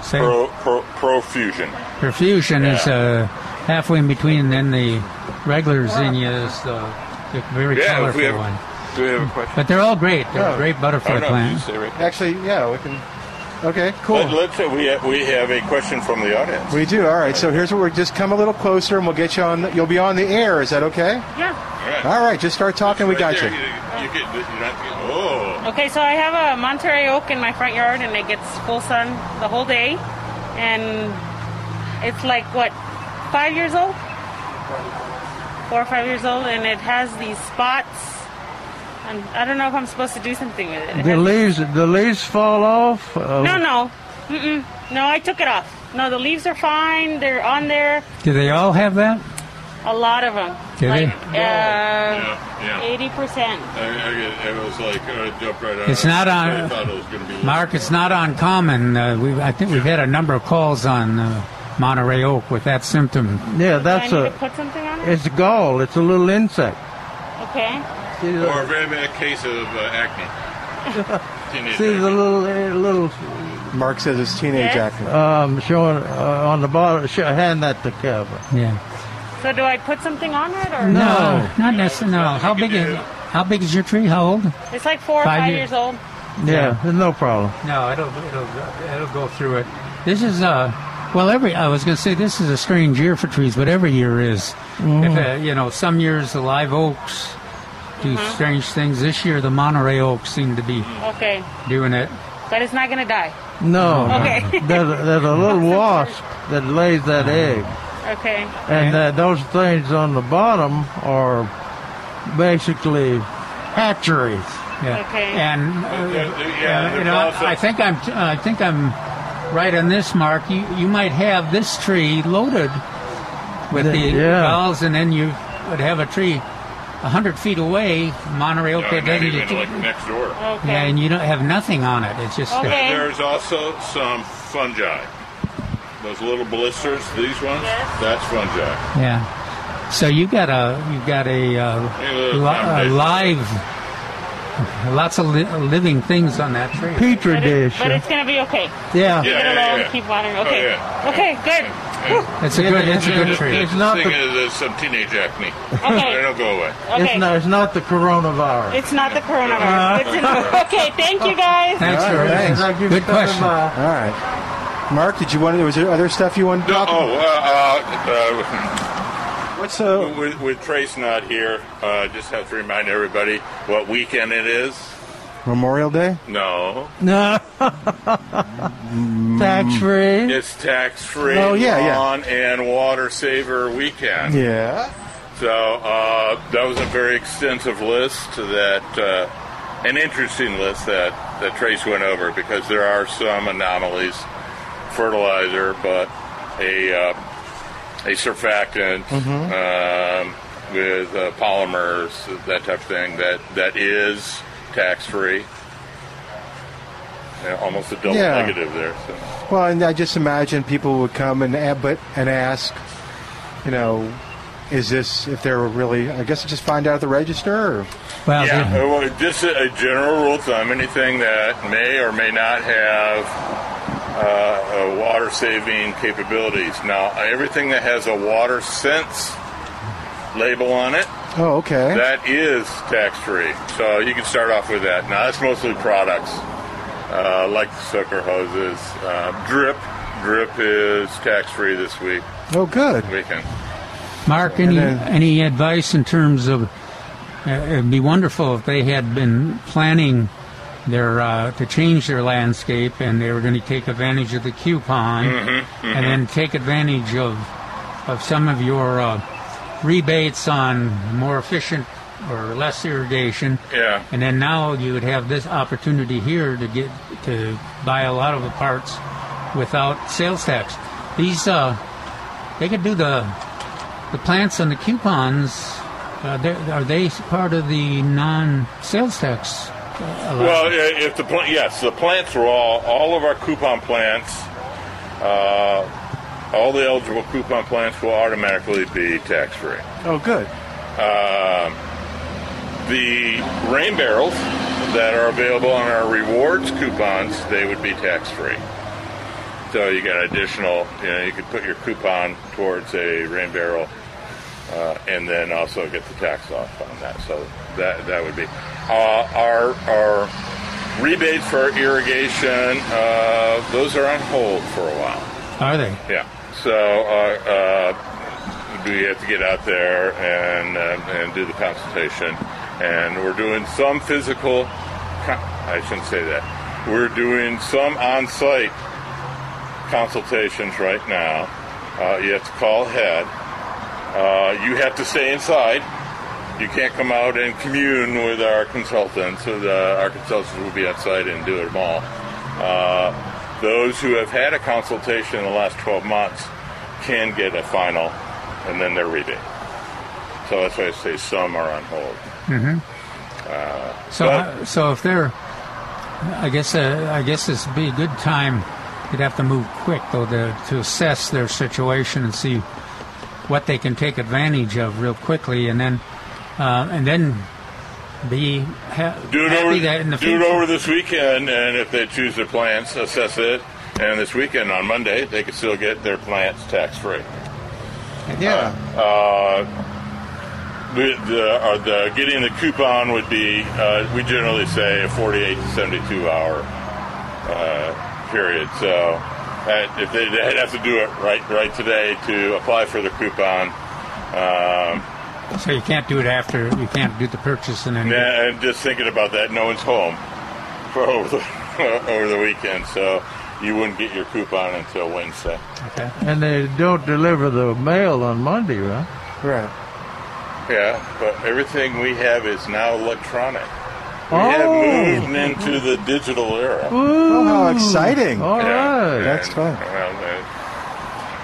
S3: Same.
S15: Pro, pro, profusion.
S3: Perfusion is
S15: Yeah.
S3: uh, halfway in between, and then the regular zinnia is the, the very
S15: yeah. if
S3: colorful
S15: we have,
S3: one.
S15: Do we have a question?
S3: But they're all great. They're
S15: Oh.
S3: great butterfly
S15: Oh, no, you
S3: plants.
S15: stay right there.
S2: Actually, yeah, we can. Okay, cool.
S15: Let, let's say we have, we have a question from the audience.
S2: We do. All right. So here's what we're just come a little closer, and we'll get you on. You'll be on the air. Is that okay?
S15: Yeah.
S2: All right. Just start talking. we
S15: Right
S2: got
S15: there,
S2: you.
S15: You get, you're not, oh.
S16: Okay, so I have a Monterey oak in my front yard, and it gets full sun the whole day, and it's like what five years old, four or five years old, and it has these spots. I'm, I don't know if I'm supposed to do something with it. It
S4: The
S16: has-
S4: leaves, the leaves fall off. Uh,
S16: no, no, Mm-mm. no, I took it off. No, the leaves are fine. They're on there.
S3: Do they all have that?
S16: A lot of them. uh,
S3: Do they?
S15: yeah.
S16: Eighty percent.
S15: I, I, I was like, I jumped right on.
S3: It's
S15: it.
S3: not
S15: Uh, I thought it was going to be.
S3: on, Mark. It's not uncommon. Uh, we I think we've had a number of calls on uh, Monterey oak with that symptom.
S4: Yeah, that's
S16: Do I need
S4: a.
S16: to put something on it?
S4: It's a gall. It's a little insect.
S16: Okay.
S15: Or a very bad case of uh, acne. Teenage
S4: See the little uh, little
S2: Mark says it's teenage acne.
S4: um, showing uh, on the bottom. Sh- hand that to Kevin.
S3: Yeah.
S16: So do I put something on it or
S3: not necessarily. No. How big is how big is your tree? How old?
S16: It's like four or
S3: Five
S16: five,
S3: year-
S16: years old.
S4: Yeah, no problem.
S3: No, it'll it'll it'll go through it. This is uh well every I was going to say this is a strange year for trees, but every year is.
S4: Mm-hmm.
S3: If, uh, you know, some years the live oaks do
S16: Mm-hmm.
S3: strange things. This year the Monterey oaks seem to be
S16: Okay,
S3: doing it. Um,
S16: but it's not gonna die.
S4: No.
S16: Okay.
S4: there's, a, there's a little wasp that lays that egg,
S16: Okay.
S4: and uh, those things on the bottom are basically hatcheries.
S3: Yeah.
S16: Okay.
S3: And
S15: yeah,
S3: uh,
S15: they're
S3: you know,
S15: both-
S3: I think I'm I think I'm right on this, Mark. You you might have this tree loaded with the
S4: Yeah.
S3: galls, and then you would have a tree a hundred feet away, Monterey oak that
S15: not
S3: doesn't
S15: even like next door. Okay.
S3: Yeah, and you don't have nothing on it. It's just
S15: And There's also some fungi. Those little blisters, these ones, that's fungi.
S3: yeah. So you got a you got a, uh,
S15: look,
S3: li- a
S15: I'm
S3: live, lots of li- living things on that tree.
S4: Petri
S3: But it- dish,
S16: But
S3: yeah.
S16: it's gonna be okay.
S3: Yeah.
S16: Leave
S3: Yeah,
S16: it
S3: yeah,
S16: alone.
S15: yeah.
S16: Keep watering.
S15: Oh,
S16: Okay.
S15: yeah.
S16: Okay. Good. Whew.
S3: It's a good- it's a good tree.
S15: It's
S3: It's not
S15: not thing
S3: the-
S15: is, there's some teenage acne.
S16: Okay.
S15: It'll go away.
S4: It's not. It's not the coronavirus.
S16: It's not the coronavirus.
S3: Uh-huh.
S4: Uh.
S16: It's in- okay. Thank you guys.
S4: Thanks, All right, Doris. thanks. Thank you for Good coming question. by.
S2: All right. Mark, did you want? Was there other stuff you wanted? to
S15: No,
S2: talk
S15: oh,
S2: about?
S15: uh, uh, uh,
S2: What's uh,
S15: with, with Trace not here, uh, just have to remind everybody what weekend it is.
S2: Memorial Day.
S15: No.
S4: No.
S2: Mm.
S4: Tax
S15: Mm.
S4: free.
S15: It's tax free.
S4: Oh, yeah, yeah.
S15: Lawn and water saver weekend.
S2: Yeah.
S15: So uh, that was a very extensive list that, uh, an interesting list that, that Trace went over because there are some anomalies. Fertilizer, but a, uh, a surfactant
S4: Mm-hmm.
S15: um, with uh, polymers, that type of thing, that, that is tax free. Uh, almost a double
S2: Yeah.
S15: negative there. So.
S2: Well, and I just imagine people would come and a- but and ask, you know, is this if they're really? I guess just find out at the register. Or,
S15: yeah, uh, well, just a, a general rule of thumb: anything that may or may not have uh, uh, water-saving capabilities. Now, everything that has a water sense label on it,
S2: oh, okay.
S15: that is tax-free. So you can start off with that. Now, that's mostly products uh, like sucker hoses, uh, drip. Drip is tax-free this week.
S2: Oh, good.
S15: Weekend.
S3: Mark,
S15: And
S3: any
S15: then-
S3: any advice in terms of? Uh, it'd be wonderful if they had been planning their uh, to change their landscape, and they were going to take advantage of the coupon,
S13: Mhm, mhm.
S3: and then take advantage of of some of your uh, rebates on more efficient or less irrigation.
S15: Yeah.
S3: And then now you would have this opportunity here to get to buy a lot of the parts without sales tax. These uh, they could do the the plants and the coupons. Uh, they're- are they part of the non-sales tax? Uh,
S15: Well, i- if the plant, yes, the plants were all all of our coupon plants. Uh, all the eligible coupon plants will automatically be tax free.
S2: Oh, good.
S15: Um, the rain barrels that are available on our rewards coupons, they would be tax free. So you got additional, you know, you could put your coupon towards a rain barrel, uh, and then also get the tax off on that. So that that would be uh, our our rebates for irrigation. Uh, those are on hold for a while.
S3: Are they?
S15: Yeah. So uh, uh, we have to get out there and uh, and do the consultation, and we're doing some physical. Con- I shouldn't say that. We're doing some on-site consultations right now. Uh, you have to call ahead. Uh, you have to stay inside. You can't come out and commune with our consultants. So the, our consultants will be outside and do it all. Uh, those who have had a consultation in the last 12 months can get a final, and then their rebate. So that's why I say some are on hold.
S3: hmm
S15: Uh,
S3: So,
S15: but-
S3: so if they're, I guess, uh, I guess this would be a good time. You'd have to move quick though to, to assess their situation and see what they can take advantage of real quickly, and then, uh, and then be ha-
S15: do it
S3: happy
S15: over,
S3: that in the
S15: do it
S3: future-
S15: over this weekend, and if they choose their plants, assess it. And this weekend on Monday, they can still get their plants tax free.
S2: Yeah.
S15: Uh, the, the, or the getting the coupon would be uh, we generally say a 48 to 72 hour uh, period. So uh, if they, they'd have to do it right right today to apply for the coupon. Um,
S3: So you can't do it after. You can't do the purchase and then.
S15: yeah, and just thinking about that, no one's home for over the, over the weekend, so you wouldn't get your coupon until Wednesday.
S3: Okay.
S4: And they don't deliver the mail on Monday, right?
S2: Right.
S15: Yeah, but everything we have is now electronic. We
S4: Oh.
S15: have moved into the digital era.
S2: Oh, how exciting!
S15: All right,
S2: That's fun.
S15: Well, uh,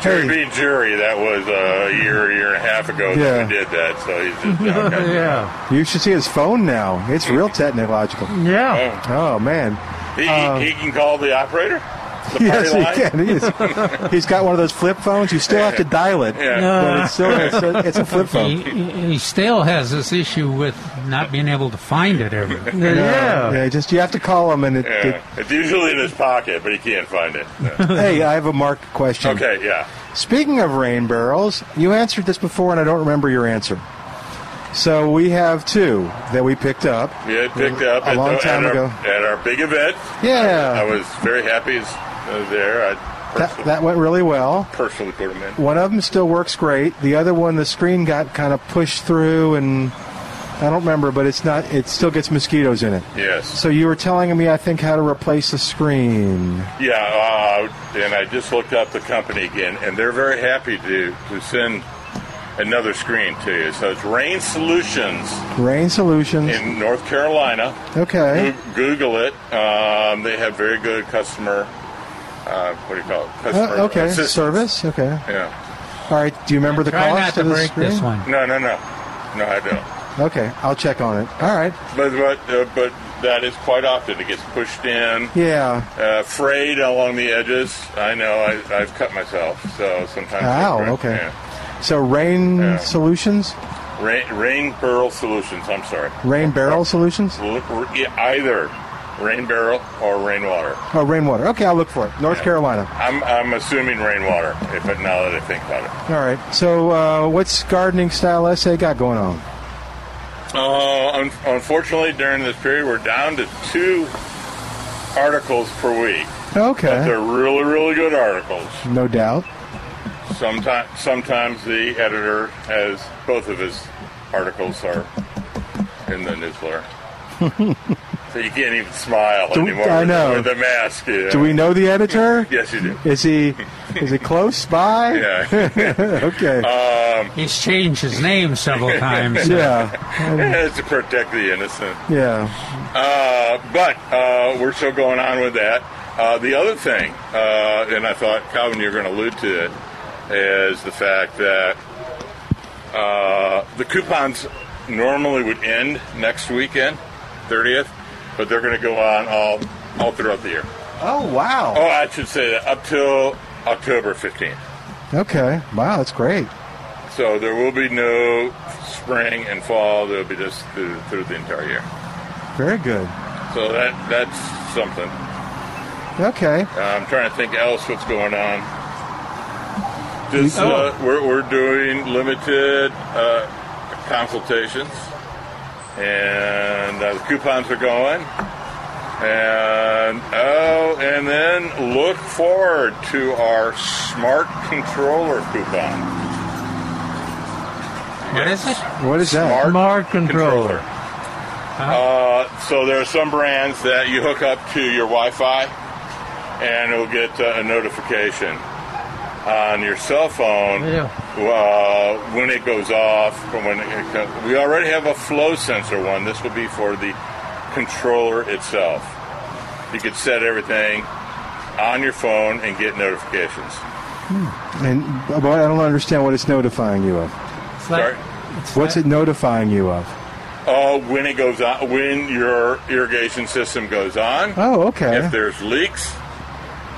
S15: Jerry B. Jury, that was uh, a year, year and a half ago
S2: Yeah.
S15: that we did that, so he's just now got-
S2: You should see his phone now. It's real technological.
S4: Yeah.
S2: Oh man.
S15: He,
S2: Um,
S15: he can call the operator? The
S2: yes,
S15: party
S2: he
S15: line?
S2: can. He is. He's got one of those flip phones. You still have to dial it,
S15: Yeah.
S2: but it's still it's a, it's a flip
S3: He,
S2: phone.
S3: he he still has this issue with not being able to find it ever.
S2: yeah. Just you have to call him, and it, it-
S15: Yeah. It's usually in his pocket, but he can't find it.
S2: hey, I have a Mark question.
S15: Okay, yeah.
S2: Speaking of rain barrels, you answered this before, and I don't remember your answer. So we have two that we picked up.
S15: We had picked up
S2: a
S15: at
S2: long
S15: the-
S2: time
S15: at
S2: ago.
S15: Our, at our big event.
S2: Yeah.
S15: I was very happy as- uh, there. I
S2: That, that went really well.
S15: Personally put them in.
S2: One of them still works great. The other one, the screen got kind of pushed through, and I don't remember, but it's not. It still gets mosquitoes in it.
S15: Yes.
S2: So you were telling me, I think, how to replace the screen.
S15: Yeah, uh, and I just looked up the company again, and they're very happy to, to send another screen to you. So it's Rain Solutions
S2: Rain Solutions.
S15: in North Carolina.
S2: Okay.
S15: Goo- Google it. Um, they have very good customer. Uh, what do you call it? Customer
S2: Uh, okay.
S15: assist-
S2: Service. Okay.
S15: Yeah.
S2: All right. Do you remember the cost of the screen?
S15: No, no, no, no. I don't.
S2: Okay, I'll check on it. All right.
S15: But but uh, but that is quite often it gets pushed in.
S2: Yeah.
S15: Uh, frayed along the edges. I know. I, I've cut myself, so sometimes.
S2: Wow.
S15: Yeah.
S2: Okay. So Rain Solutions,
S15: Rain, rain barrel solutions. I'm sorry.
S2: Rain Barrel Solutions,
S15: Look, yeah, either rain barrel or rainwater.
S2: oh Rainwater. Okay, I'll look for it. North
S15: Yeah.
S2: Carolina.
S15: I'm I'm assuming rainwater. If it, now that I think about it.
S2: All right. So uh, what's gardening style essay got going on?
S15: Uh, un- unfortunately, during this period, we're down to two articles per week. But
S2: Okay.
S15: they're really, really good articles.
S2: No doubt.
S15: Sometimes, sometimes the editor has both of his articles are in the newsletter, so you can't even smile
S2: Do we-
S15: anymore.
S2: I
S15: with-
S2: know.
S15: With the mask. you
S2: Do we know the editor?
S15: Yes, you do.
S2: Is he is he close by?
S15: Yeah.
S2: okay.
S15: Um,
S3: He's changed his name several times.
S15: yeah. it's to protect the innocent.
S2: Yeah.
S15: Uh, but uh, we're still going on with that. Uh, the other thing, uh, and I thought, Calvin, you're going to allude to it, is the fact that uh, the coupons normally would end next weekend, 30th, but they're going to go on all, all throughout the year.
S2: Oh wow.
S15: Oh, I should say that up till October 15th.
S2: Okay. Wow, that's great.
S15: So there will be no spring and fall. There'll be just through, through the entire year.
S2: Very good.
S15: So that that's something.
S2: Okay.
S15: Uh, I'm trying to think else what's going on. This,
S2: Oh.
S15: uh, we're, we're doing limited uh, consultations, and uh, the coupons are going. And oh, and then look forward to our smart controller coupon.
S3: What is it?
S2: What is that?
S15: Smart,
S4: controller.
S15: Uh, so there are some brands that you hook up to your Wi-Fi, and it'll get uh, a notification on your cell phone
S4: Yeah.
S15: uh, when it goes off. or When it co- we already have a flow sensor one. This will be for the controller itself. You could set everything on your phone and get notifications.
S2: And but I don't understand what it's notifying you of.
S15: Sorry.
S2: What's it notifying you of?
S15: Oh, when it goes on, when your irrigation system goes on.
S2: Oh, okay.
S15: If there's leaks,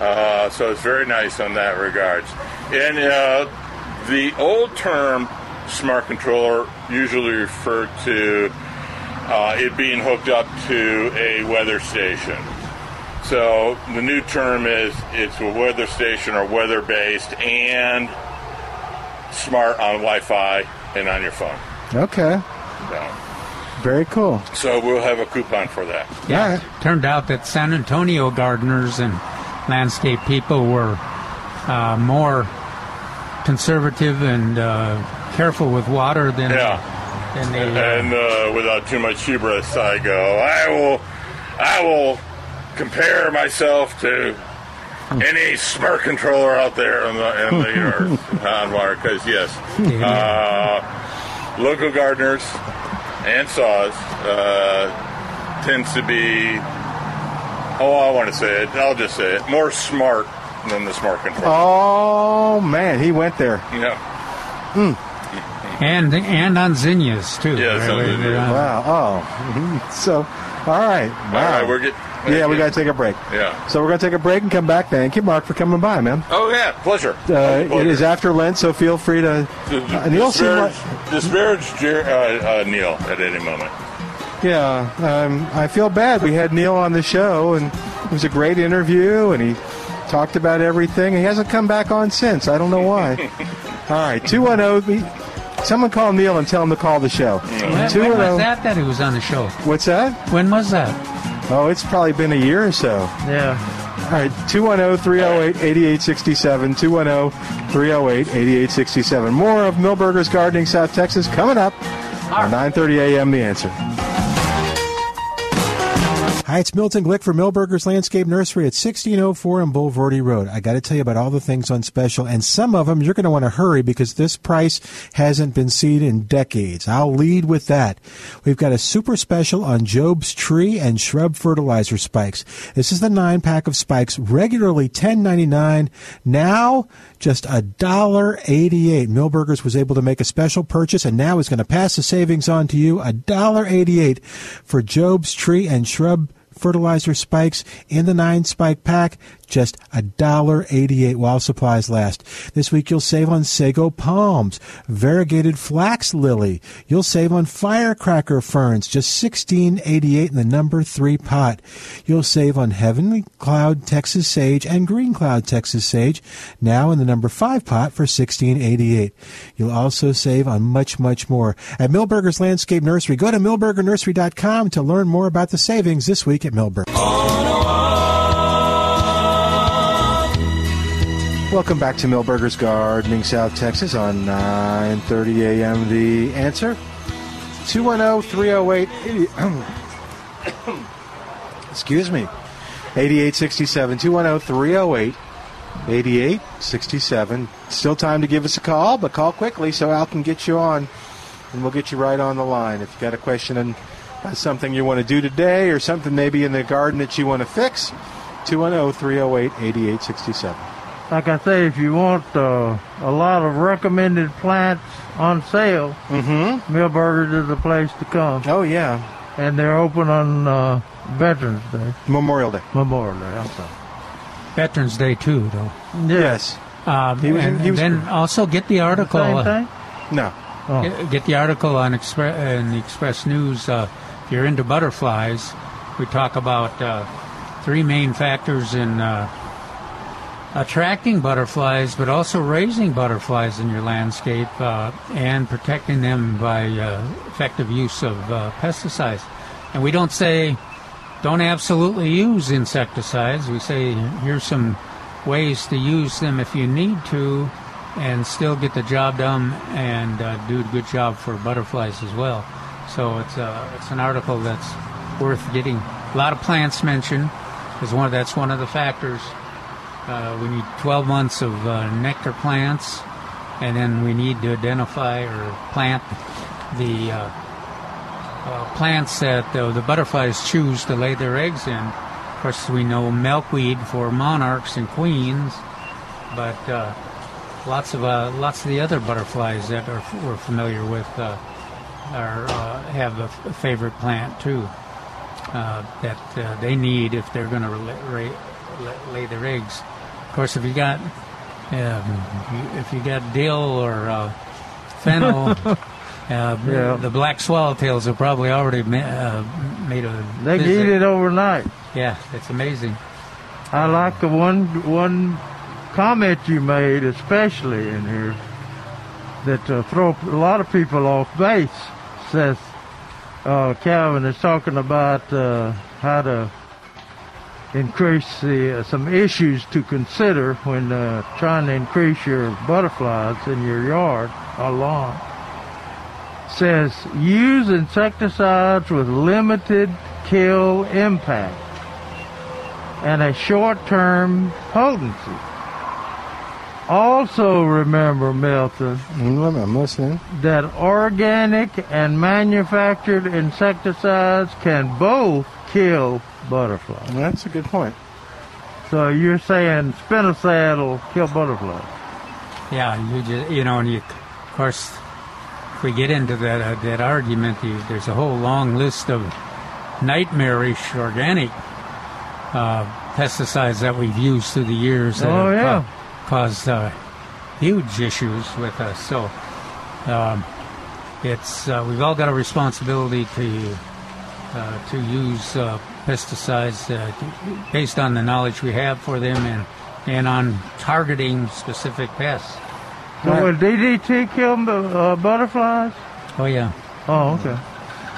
S15: uh, so it's very nice on that regards. And uh, the old term smart controller usually referred to uh, it being hooked up to a weather station. So the new term is it's a weather station or weather based and smart on Wi-Fi and on your phone.
S2: Okay.
S15: So.
S2: Very cool.
S15: So we'll have a coupon for that.
S3: Yeah. Turned out that San Antonio gardeners and landscape people were uh, more conservative and uh, careful with water than
S15: Yeah.
S3: And,
S15: uh, without too much hubris, I go, I will, I will compare myself to any smart controller out there on the, in the earth on water. Because yes, uh, local gardeners and saws uh, tends to be. Oh, I want to say it. I'll just say it. More smart than the smart controller.
S2: Oh man, he went there.
S15: Yeah.
S2: Hmm.
S3: and and on zinnias too.
S15: Yes, on zinnias.
S2: Wow. Oh. Mhm. So, all right. Wow.
S15: All right, we're get-
S2: yeah, we got to take a break.
S15: Yeah.
S2: So we're going to take a break and come back. Thank you, Mark, for coming by, man.
S15: Oh yeah, pleasure.
S2: Uh, it is after Lent, so feel free to. Uh, Neil seemed like,
S15: disparage, disparage Jer- uh, uh, Neil at any moment.
S2: yeah, um, I feel bad. We had Neil on the show, and it was a great interview, and he talked about everything. He hasn't come back on since. I don't know why. All right, 210. we- Someone call Neil and tell him to call the show. oh.
S3: When, when was that that he was on the show?
S2: What's that?
S3: When was that?
S2: Oh, it's probably been a year or so.
S4: Yeah.
S2: All right, oh, 210 308 8867. 210 308 8867. More of Milberger's Gardening South Texas coming up at 9.30 a.m. The Answer. Hi, it's Milton Glick for Millburgers Landscape Nursery at 1604 on Boulevardy Road. I got to tell you about all the things on special, and some of them you're going to want to hurry because this price hasn't been seen in decades. I'll lead with that. We've got a super special on Job's tree and shrub fertilizer spikes. This is the nine pack of spikes, regularly $10.99. Now, just $1.88. Millburgers was able to make a special purchase, and now is going to pass the savings on to you. $1.88 for Job's tree and shrub fertilizer spikes in the nine spike pack, just $1.88 while supplies last. This week you'll save on sago palms, variegated flax lily. You'll save on firecracker ferns, just $16.88 in the number three pot. You'll save on heavenly cloud Texas sage and green cloud Texas sage, now in the number five pot for $16.88. You'll also save on much, much more. At Millburgers Landscape Nursery, go to millburgernursery.com to learn more about the savings this week at Millburgers. Welcome back to Millburgers Gardening, South Texas, on 9:30 a.m. The answer: oh, 210-308. Excuse me, 8867. 210-308-8867. Still time to give us a call, but call quickly so Al can get you on, and we'll get you right on the line. If you got a question and something you want to do today, or something maybe in the garden that you want to fix, oh, 210-308-8867.
S4: like I say, if you want uh, a lot of recommended plants on sale, mm-hmm. Millburgers is the place to come.
S2: Oh yeah,
S4: and they're open on uh, Veterans Day,
S2: Memorial Day,
S4: Memorial Day. I'm sorry.
S3: Veterans Day too, though.
S2: Yes.
S3: Um,
S2: He was-
S3: and,
S2: he was-
S3: and then also get the article.
S2: Same thing? No. Oh.
S3: Get, get the article on Express in the Express News. Uh, if you're into butterflies, we talk about uh, three main factors in uh, attracting butterflies, but also raising butterflies in your landscape uh, and protecting them by uh, effective use of uh, pesticides. And we don't say don't absolutely use insecticides. We say here's some ways to use them if you need to, and still get the job done and uh, do a good job for butterflies as well. So it's uh, it's an article that's worth getting. A lot of plants mentioned is one. That's one of the factors. Uh, we need 12 months of uh, nectar plants, and then we need to identify or plant the uh, uh, plants that uh, the butterflies choose to lay their eggs in. Of course, we know milkweed for monarchs and queens, but uh, lots of uh, lots of the other butterflies that are, we're familiar with uh, are uh, have a f- a favorite plant too uh, that uh, they need if they're going to re- re- lay their eggs. Of course, if you got um, you- if you got dill or uh, fennel. Uh,
S4: Yeah.
S3: The black swallowtails have probably already ma- uh, made a.
S4: They can eat it overnight.
S3: Yeah, it's amazing.
S4: I like the one one comment you made, especially in here, that uh, throw a lot of people off base. Says uh, Calvin is talking about uh, how to increase the uh, some issues to consider when uh, trying to increase your butterflies in your yard or lawn. Says use insecticides with limited kill impact and a short-term potency. Also remember, Milton,
S2: I'm listening.
S4: that organic and manufactured insecticides can both kill butterflies.
S2: That's a good point.
S4: So you're saying spinosad will kill butterflies?
S3: Yeah, you just you know, and you of course, if we get into that uh, that argument, you, there's a whole long list of nightmarish organic uh, pesticides that we've used through the years that
S4: Oh,
S3: have
S4: yeah.
S3: ca- caused uh, huge issues with us. So um, it's uh, we've all got a responsibility to uh, to use uh, pesticides uh, to- based on the knowledge we have for them and and on targeting specific pests.
S4: So would DDT kill bu- uh, butterflies?
S3: Oh yeah.
S4: Oh, okay.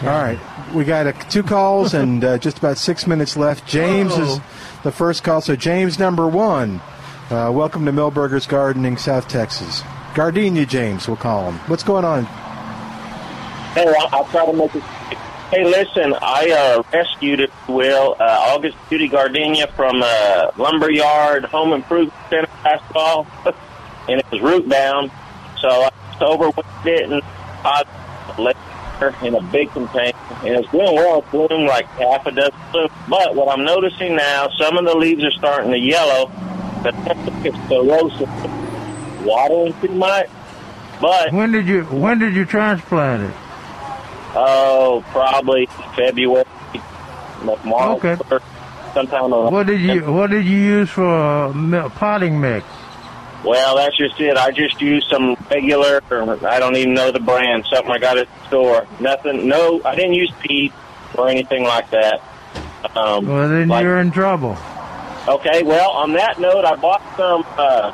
S2: All right, we got uh, two calls and uh, just about six minutes left. James is
S4: Whoa.
S2: the first call. So James, number one, uh, welcome to Millburgers Gardening, South Texas. Gardenia James, we'll call him. What's going on?
S17: Hey, I'll, I'll try to make it. Hey, listen, I uh, rescued, if you will, uh, August Judy Gardenia from uh, Lumberyard Home Improvement Center last fall, and it was root bound. So I just overwintered it and pot later in a big container, and it's doing well. It bloomed like half a dozen blooms. But what I'm noticing now, some of the leaves are starting to yellow, but it's corrosive. Watering too much. But
S4: when did you when did you transplant it?
S17: Oh, probably February, like March,
S4: Okay.
S17: or sometime. around-
S4: What did you what did you use for uh, mi- potting mix?
S17: Well, that's just it. I just used some regular, or I don't even know the brand, something I got at the store. Nothing, no, I didn't use peat or anything like that. Um,
S4: Well, then
S17: like-
S4: you're in trouble.
S17: Okay, well, on that note, I bought some uh,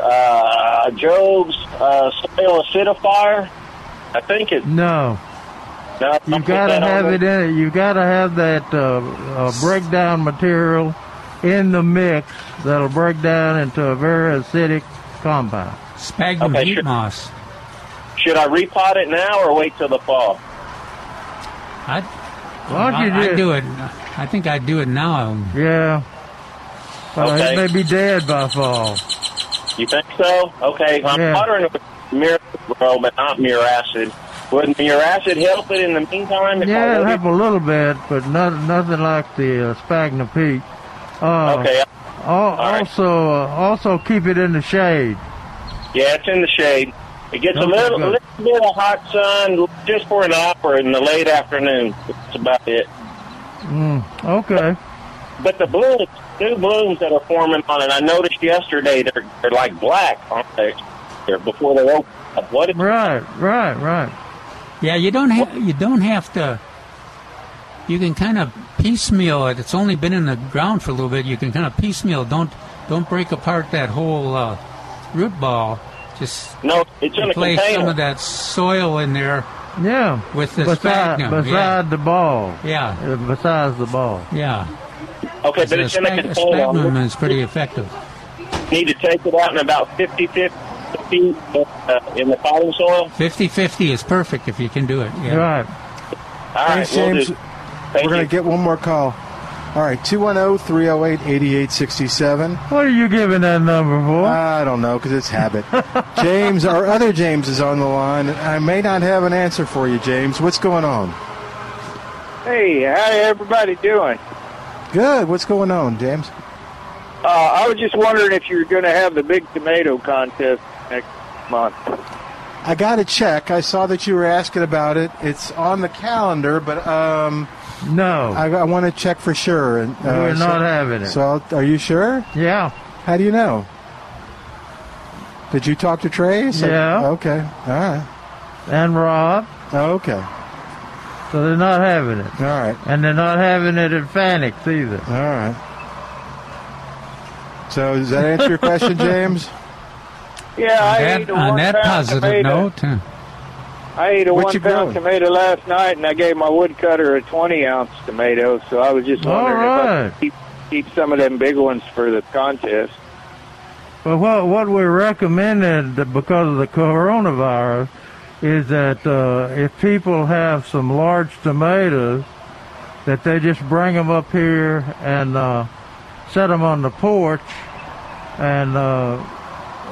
S17: uh, Job's uh, soil acidifier. I think it.
S4: No,
S17: No,
S4: you gotta have it in it. You gotta have that uh, uh, breakdown material in the mix that'll break down into a very acidic compound.
S3: Sphagnum
S17: Okay,
S3: heat
S17: sure.
S3: moss.
S17: Should I repot it now or wait till the fall?
S3: I'd,
S4: Why don't you
S3: I,
S4: do
S3: I'd do it. I think I'd do it now.
S4: Yeah. Uh,
S17: Okay.
S4: It may be dead by fall.
S17: You think so? Okay, I'm
S4: Yeah.
S17: watering it with Muracid, but not Muracid. Would Muracid help it in the meantime? If I
S4: Yeah,
S17: let
S4: it'll
S17: it-
S4: help a little bit, but not, nothing like the uh, sphagnum peak. Uh,
S17: Okay.
S4: al- Also, uh, also keep it in the shade.
S17: Yeah, it's in the shade. It gets a
S4: Okay,
S17: little,
S4: good.
S17: little bit of hot sun just for an hour in the late afternoon. That's about it.
S4: Mm, okay.
S17: But the blooms, new blooms that are forming on it, I noticed yesterday they're, they're like black, aren't they? They're before they open. up. What is
S4: Right, right, right.
S3: Yeah, you don't have you don't have to. You can kind of piecemeal it. It's only been in the ground for a little bit. You can kind of piecemeal. Don't don't break apart that whole uh, root ball. Just
S17: no, it's
S4: in a
S3: place
S4: container.
S3: some of that soil in there
S4: Yeah.
S3: with this
S4: beside,
S3: sphagnum.
S4: beside
S3: yeah.
S4: the ball.
S3: Yeah.
S4: Uh, besides the ball.
S3: Yeah.
S17: Okay, but
S3: The
S17: it's in a
S3: spag-
S17: container.
S3: sphagnum is pretty effective.
S17: Need to take it out in about 50, 50 feet uh, in the potting soil.
S3: 50-50 is perfect if you can do it. Yeah.
S17: All
S4: Right.
S17: right,
S2: Thanks,
S17: we'll
S2: James.
S17: do.
S2: We're going to get one more call. All right, oh, 210 308 8867.
S4: What are you giving that number for?
S2: I don't know, because it's habit. James, our other James, is on the line. I may not have an answer for you, James. What's going on?
S18: Hey, how everybody doing?
S2: Good. What's going on, James?
S18: Uh, I was just wondering if you were going to have the big tomato contest next month.
S2: I got to check. I saw that you were asking about it. It's on the calendar, but um,
S4: no,
S2: I, I want to check for sure. And, uh,
S4: We're not having it.
S2: So, I'll- are you sure?
S4: Yeah.
S2: How do you know? Did you talk to Trey? So-
S4: Yeah.
S2: Okay. All right. Oh,
S4: And Rob.
S2: Okay.
S4: So they're not having it.
S2: All right.
S4: And they're not having it at Fanix either. All
S2: right. So does that answer your question, James?
S18: Yeah, I ate
S3: That,
S18: a
S3: on
S18: one
S3: that
S18: pound
S3: positive
S18: tomato.
S3: note, huh?
S18: I ate a
S3: What
S18: one
S3: you
S18: pound
S3: growing?
S18: tomato last night, and I gave my woodcutter a twenty ounce tomato. So I was just
S4: All
S18: wondering if
S4: right.
S18: I could keep, keep some of them big ones for the contest.
S4: But what what we recommended because of the coronavirus is that uh, if people have some large tomatoes, that they just bring them up here and uh, set them on the porch, and uh,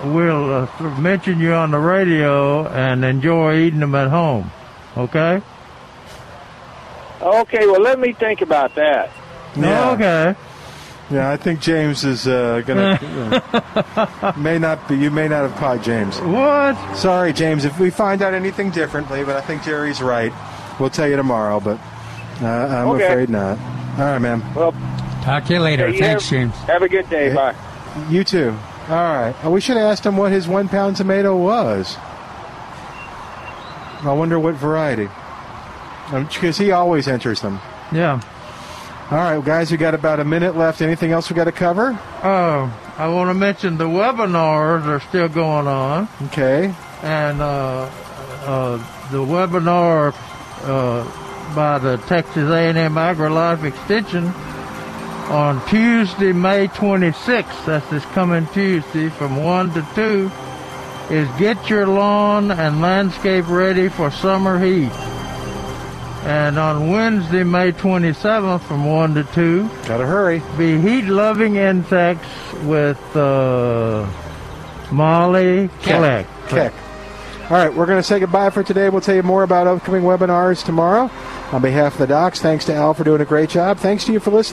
S4: we'll uh, th- mention you on the radio and enjoy eating them at home. Okay.
S18: Okay, well let me think about that.
S4: Oh, Okay.
S2: Yeah, I think James is uh, gonna may not be. You may not have caught James.
S4: What?
S2: Sorry, James. If we find out anything differently, but I think Jerry's right. We'll tell you tomorrow, but uh, I'm
S18: Okay.
S2: afraid not. All right, man.
S18: Well,
S3: Talk to you later.
S18: hey, you have,
S3: Thanks, James.
S18: Have a good day. Bye.
S2: You too. All right. Oh, we should have asked him what his one pound tomato was. I wonder what variety. Because he always enters them.
S4: Yeah.
S2: All right, guys, we got about a minute left. Anything else we got to cover?
S4: Uh, I want to mention the webinars are still going on.
S2: Okay.
S4: And uh, uh, the webinar uh, by the Texas A&M AgriLife Extension on Tuesday, May 26th. That's this coming Tuesday from 1 to 2 is get your lawn and landscape ready for summer heat. And on Wednesday, May 27th from 1 to 2.
S2: Gotta hurry.
S4: Be heat loving insects with uh, Molly Kleck.
S2: Keck. All right, we're going to say goodbye for today. We'll tell you more about upcoming webinars tomorrow. On behalf of the docs, thanks to Al for doing a great job. Thanks to you for listening.